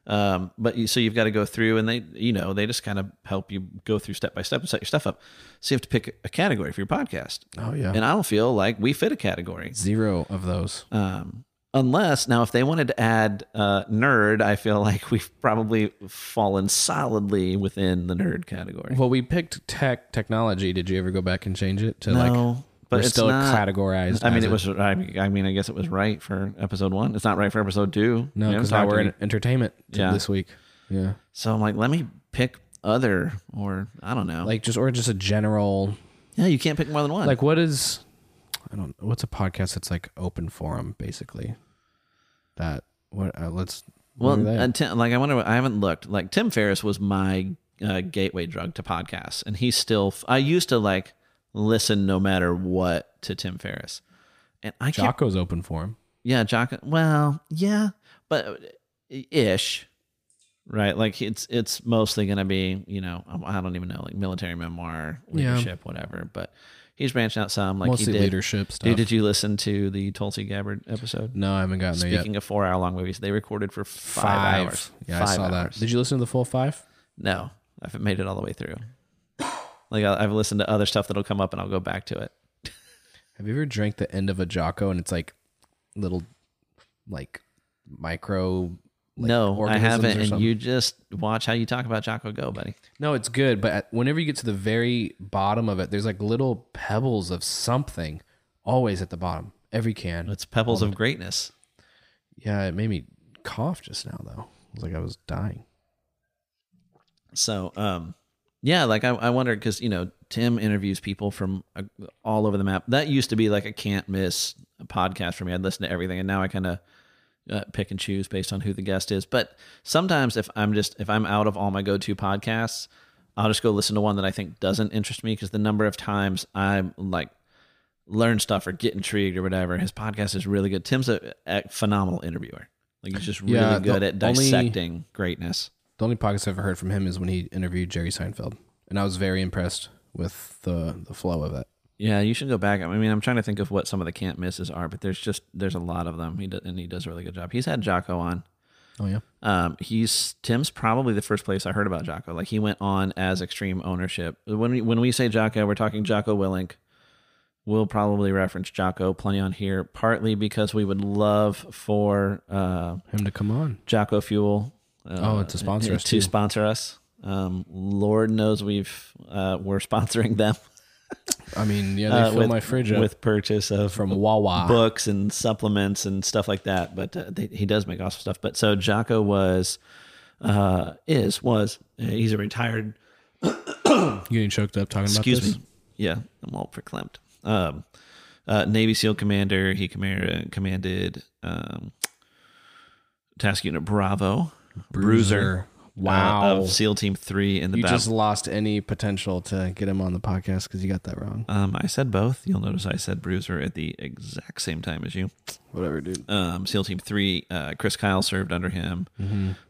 Speaker 1: Um, but you, so you've got to go through, and they, you know, they just kind of help you go through step by step and set your stuff up. So you have to pick a category for your podcast,
Speaker 2: Oh yeah.
Speaker 1: and I don't feel like we fit a category.
Speaker 2: Zero of those.
Speaker 1: Um, unless now, if they wanted to add uh, nerd, I feel like we've probably fallen solidly within the nerd category.
Speaker 2: Well, we picked tech technology. Did you ever go back and change it to like
Speaker 1: no, but
Speaker 2: we're
Speaker 1: it's
Speaker 2: still
Speaker 1: not.
Speaker 2: categorized?
Speaker 1: I mean,
Speaker 2: as
Speaker 1: it
Speaker 2: a-
Speaker 1: was. I mean, I mean, I guess it was right for episode one. It's not right for episode two.
Speaker 2: no
Speaker 1: You know,
Speaker 2: because
Speaker 1: talk
Speaker 2: now
Speaker 1: to
Speaker 2: we're
Speaker 1: me.
Speaker 2: in entertainment t-
Speaker 1: Yeah.
Speaker 2: this week. Yeah,
Speaker 1: So I'm like, let me pick other, or I don't know.
Speaker 2: like just or just a general
Speaker 1: yeah, you can't pick more than one.
Speaker 2: like what is I don't what's a podcast that's like open forum basically that what uh, let's
Speaker 1: Well,
Speaker 2: what are they?
Speaker 1: and Tim, like I wonder, what- I haven't looked. Like Tim Ferriss was my uh, gateway drug to podcasts, and he's still. I used to like listen no matter what to Tim Ferriss, and I can't.
Speaker 2: Jocko's open forum.
Speaker 1: Yeah, Jocko. Well, yeah, but uh, ish, right? Like it's it's mostly gonna be you know I don't even know like military memoir
Speaker 2: Yeah.
Speaker 1: leadership whatever, but he's branching out some like
Speaker 2: Mostly
Speaker 1: he did.
Speaker 2: leadership stuff.
Speaker 1: Dude, did you listen to the Tulsi Gabbard episode?
Speaker 2: no, I haven't gotten there yet.
Speaker 1: Speaking of four hour long movies, they recorded for five, hours.
Speaker 2: Yeah,
Speaker 1: five
Speaker 2: I saw
Speaker 1: hours.
Speaker 2: that. Did you listen to the full five?
Speaker 1: No, I haven't made it all the way through. Like I- I've listened to other stuff that'll come up, and I'll go back to it.
Speaker 2: Have you ever drank the end of a Jocko and it's like little like micro like,
Speaker 1: no, I
Speaker 2: organisms
Speaker 1: haven't.
Speaker 2: or
Speaker 1: And
Speaker 2: something?
Speaker 1: you just watch how you talk about Jocko Go, buddy.
Speaker 2: No, it's good, but at, whenever you get to the very bottom of it, there's like little pebbles of something always at the bottom. Every can.
Speaker 1: It's Pebbles of Greatness.
Speaker 2: Yeah, it made me cough just now though. was like I was dying.
Speaker 1: So, um, yeah, like I, I wondered because you know Tim interviews people from uh, all over the map. That used to be like a can't miss podcast for me. I'd listen to everything, and now I kind of uh, pick and choose based on who the guest is. But sometimes if I'm just if I'm out of all my go to podcasts, I'll just go listen to one that I think doesn't interest me because the number of times I'm like learn stuff or get intrigued or whatever. His podcast is really good. Tim's a, a phenomenal interviewer. Like he's just really
Speaker 2: Yeah, the
Speaker 1: good at
Speaker 2: only-
Speaker 1: dissecting greatness.
Speaker 2: The only podcast I've ever heard from him is when he interviewed Jerry Seinfeld, and I was very impressed with the the flow of it.
Speaker 1: Yeah, you should go back. I mean, I'm trying to think of what some of the can't misses are, but there's just there's a lot of them. He does, and he does a really good job. He's had Jocko on.
Speaker 2: Oh yeah,
Speaker 1: Um, he's Tim's probably the first place I heard about Jocko. Like he went on as Extreme Ownership. When we when we say Jocko, we're talking Jocko Willink. We'll probably reference Jocko plenty on here, partly because we would love for uh,
Speaker 2: him to come on.
Speaker 1: Jocko Fuel. Uh,
Speaker 2: Oh, to sponsor us,
Speaker 1: to
Speaker 2: too.
Speaker 1: sponsor us. Um, Lord knows we've uh, we're sponsoring them
Speaker 2: I mean, yeah, they
Speaker 1: uh,
Speaker 2: fill my fridge up
Speaker 1: with purchase of
Speaker 2: from Wawa.
Speaker 1: books and supplements and stuff like that. But uh, they, he does make awesome stuff. But so Jocko was, uh, is was he's a retired.
Speaker 2: You getting choked up talking
Speaker 1: Excuse
Speaker 2: about this?
Speaker 1: me. Yeah, I'm all verklempt. Um, uh, Navy SEAL commander. He commander, commanded um, task unit Bravo Bruiser. uh,
Speaker 2: Wow.
Speaker 1: of SEAL Team Three in the
Speaker 2: you
Speaker 1: battle.
Speaker 2: just lost any potential to get him on the podcast because you got that wrong.
Speaker 1: um, I said both. You'll notice I said Bruiser at the exact same time as you.
Speaker 2: Whatever, dude.
Speaker 1: Um, SEAL Team Three. Uh, Chris Kyle served under him.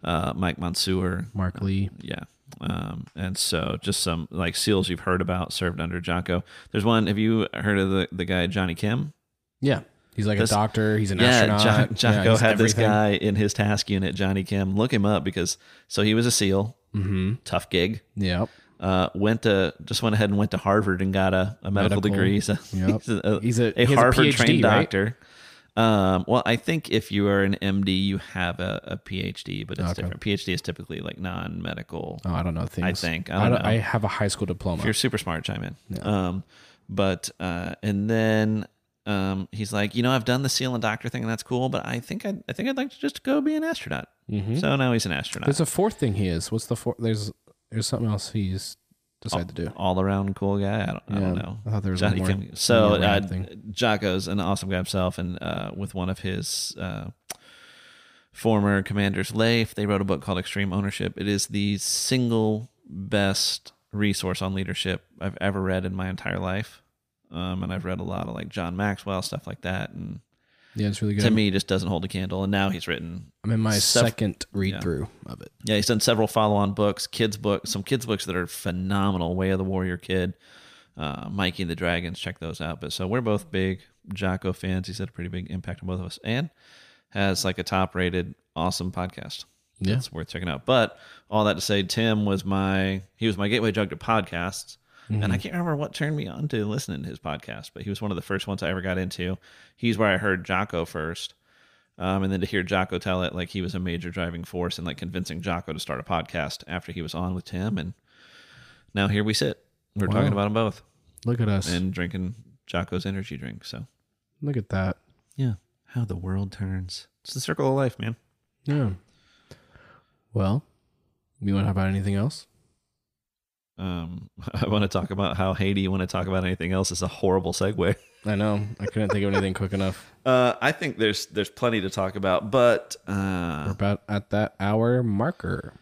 Speaker 1: Uh, Mike Mansour.
Speaker 2: Mark Lee.
Speaker 1: yeah um and so just some like seals you've heard about served under jocko there's one have you heard of the the guy johnny kim
Speaker 2: Yeah. He's like
Speaker 1: This-
Speaker 2: a doctor. He's an
Speaker 1: yeah
Speaker 2: astronaut.
Speaker 1: jo- jocko
Speaker 2: he's
Speaker 1: had this
Speaker 2: everything.
Speaker 1: guy in his task unit johnny kim look him up because so he was a seal
Speaker 2: Mhm.
Speaker 1: tough gig
Speaker 2: Yep.
Speaker 1: uh went to just went ahead and went to harvard and got a, a medical,
Speaker 2: Medical.
Speaker 1: degree so
Speaker 2: Yep.
Speaker 1: he's a,
Speaker 2: He's a-
Speaker 1: a
Speaker 2: he has a
Speaker 1: harvard trained
Speaker 2: PhD, right?
Speaker 1: doctor um, well, I think if you are an MD, you have a, a PhD, but it's different. PhD is typically like non-medical.
Speaker 2: Oh, I don't know things.
Speaker 1: I think. I don't know.
Speaker 2: I have a high school diploma.
Speaker 1: If you're super smart, chime in. Um, but uh, and then um, he's like, you know, I've done the seal and doctor thing, and that's cool. But I think I, I think I'd like to just go be an astronaut.
Speaker 2: Mm-hmm.
Speaker 1: So now he's an astronaut,
Speaker 2: There's a fourth thing he is. What's the fourth? There's there's something else he's decided to do.
Speaker 1: all around cool guy. I don't, I don't
Speaker 2: Yeah.
Speaker 1: know.
Speaker 2: I thought there was
Speaker 1: Johnny
Speaker 2: one more-
Speaker 1: Kim. So
Speaker 2: one more
Speaker 1: uh,
Speaker 2: random
Speaker 1: Jocko's an awesome guy himself, and uh, with one of his uh, former commanders, Leif, they wrote a book called Extreme Ownership. It is the single best resource on leadership I've ever read in my entire life. Um, and I've read a lot of like John Maxwell stuff like that, and
Speaker 2: Yeah, it's really good.
Speaker 1: to me, it just doesn't hold a candle. And now he's written
Speaker 2: I'm in my
Speaker 1: Stuff-
Speaker 2: second read through of it.
Speaker 1: yeah, he's done several follow-on books, kids books, some kids books that are phenomenal. Way of the Warrior Kid, uh, Mikey and the Dragons. Check those out. But so we're both big Jocko fans. He's had a pretty big impact on both of us, and has like a top-rated, awesome podcast.
Speaker 2: Yeah.
Speaker 1: it's worth checking out. But all that to say, Tim was my he was my gateway drug to podcasts. And I can't remember what turned me on to listening to his podcast, but he was one of the first ones I ever got into. He's where I heard Jocko first. Um, and then to hear Jocko tell it, like he was a major driving force in like convincing Jocko to start a podcast after he was on with Tim. And now here we sit. We're talking about them both
Speaker 2: Look at us.
Speaker 1: and drinking Jocko's energy drink. So,
Speaker 2: Look at that.
Speaker 1: yeah, how the world turns. It's the circle of life, man.
Speaker 2: Yeah. Well, you want to talk about anything else?
Speaker 1: Um, I want to talk about how Haiti, you want to talk about anything else, is a horrible segue.
Speaker 2: I know. I couldn't think of anything quick enough.
Speaker 1: Uh, I think there's there's plenty to talk about, but uh,
Speaker 2: We're about at that hour marker.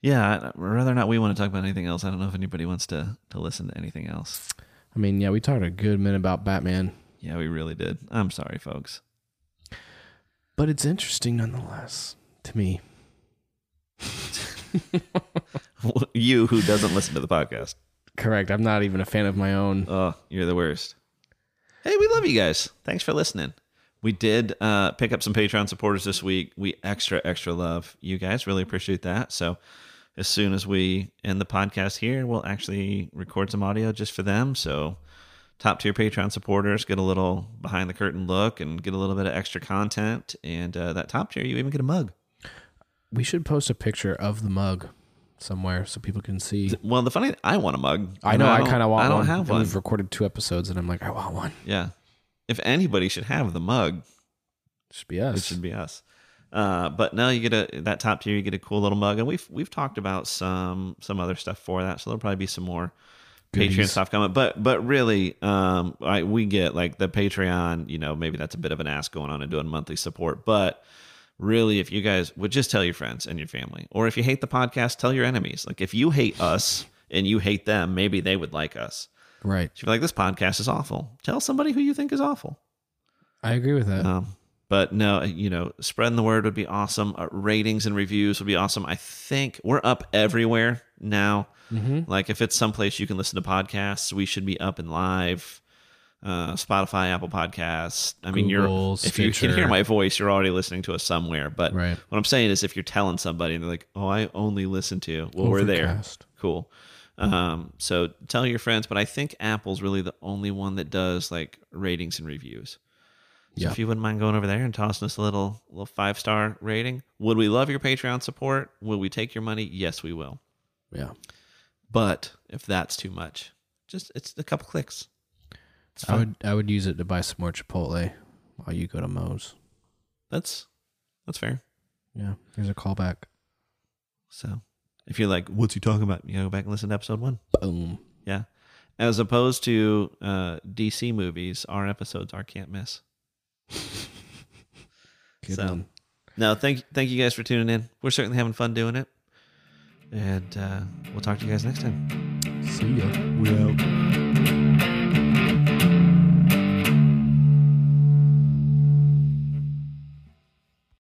Speaker 1: yeah, I- rather not we want to talk about anything else. I don't know if anybody wants to to listen to anything else.
Speaker 2: I mean, yeah, we talked a good minute about Batman,
Speaker 1: Yeah, we really did. I'm sorry, folks.
Speaker 2: but it's interesting nonetheless to me.
Speaker 1: you who doesn't listen to the podcast.
Speaker 2: Correct. I'm not even a fan of my own.
Speaker 1: Oh, you're the worst. Hey, we love you guys. Thanks for listening. We did uh, pick up some Patreon supporters this week. We extra, extra love you guys. Really appreciate that. So, as soon as we end the podcast here, we'll actually record some audio just for them. So, top tier Patreon supporters get a little behind the curtain look and get a little bit of extra content. And uh, that top tier, you even get a mug.
Speaker 2: We should post a picture of the mug somewhere so people can see.
Speaker 1: Well, the funny, I want a mug.
Speaker 2: I know. I, kind of want.
Speaker 1: I don't
Speaker 2: one.
Speaker 1: have
Speaker 2: and
Speaker 1: one.
Speaker 2: We've recorded two episodes, and I'm like, I want one.
Speaker 1: Yeah. If anybody should have the mug,
Speaker 2: Should be
Speaker 1: It
Speaker 2: us.
Speaker 1: should be us. Uh, but no, you get a that top tier, you get a cool little mug, and we've we've talked about some some other stuff for that, so there'll probably be some more Patreon
Speaker 2: Goodies.
Speaker 1: stuff coming. But but really, um, I, we get like the Patreon. You know, maybe that's a bit of an ass going on and doing monthly support, but really, if you guys would just tell your friends and your family, or if you hate the podcast, tell your enemies. Like if you hate us and you hate them, maybe they would like us.
Speaker 2: Right.
Speaker 1: If you're like this podcast is awful, tell somebody who you think is awful.
Speaker 2: I agree with that.
Speaker 1: Um, but no, you know, spreading the word would be awesome. Uh, ratings and reviews would be awesome. I think we're up everywhere now.
Speaker 2: Mm-hmm.
Speaker 1: Like if it's someplace you can listen to podcasts, we should be up and live. Uh, Spotify, Apple Podcasts. I mean,
Speaker 2: Google,
Speaker 1: you're if you can hear
Speaker 2: Stitcher.
Speaker 1: my voice, you're already listening to us somewhere. But
Speaker 2: Right.
Speaker 1: what I'm saying is, if you're telling somebody and they're like, "Oh, I only listen to," well, we're there.
Speaker 2: Overcast.
Speaker 1: Cool. Um, so tell your friends. But I think Apple's really the only one that does like ratings and reviews. So
Speaker 2: Yeah.
Speaker 1: if you wouldn't mind going over there and tossing us a little little five star rating, would we love your Patreon support? Will we take your money? Yes, we will.
Speaker 2: Yeah.
Speaker 1: But if that's too much, just it's a couple clicks. Uh,
Speaker 2: I would I would use it to buy some more Chipotle while you go to Moe's.
Speaker 1: That's that's fair.
Speaker 2: Yeah. Here's a callback.
Speaker 1: So if you're like, what's he talking about? You know, go back and listen to episode one.
Speaker 2: Boom.
Speaker 1: Yeah. As opposed to uh, DC movies, our episodes are can't miss.
Speaker 2: Good
Speaker 1: So-
Speaker 2: one.
Speaker 1: No, thank thank you guys for tuning in. We're certainly having fun doing it. And uh, we'll talk to you guys next time.
Speaker 2: See ya.
Speaker 1: We out.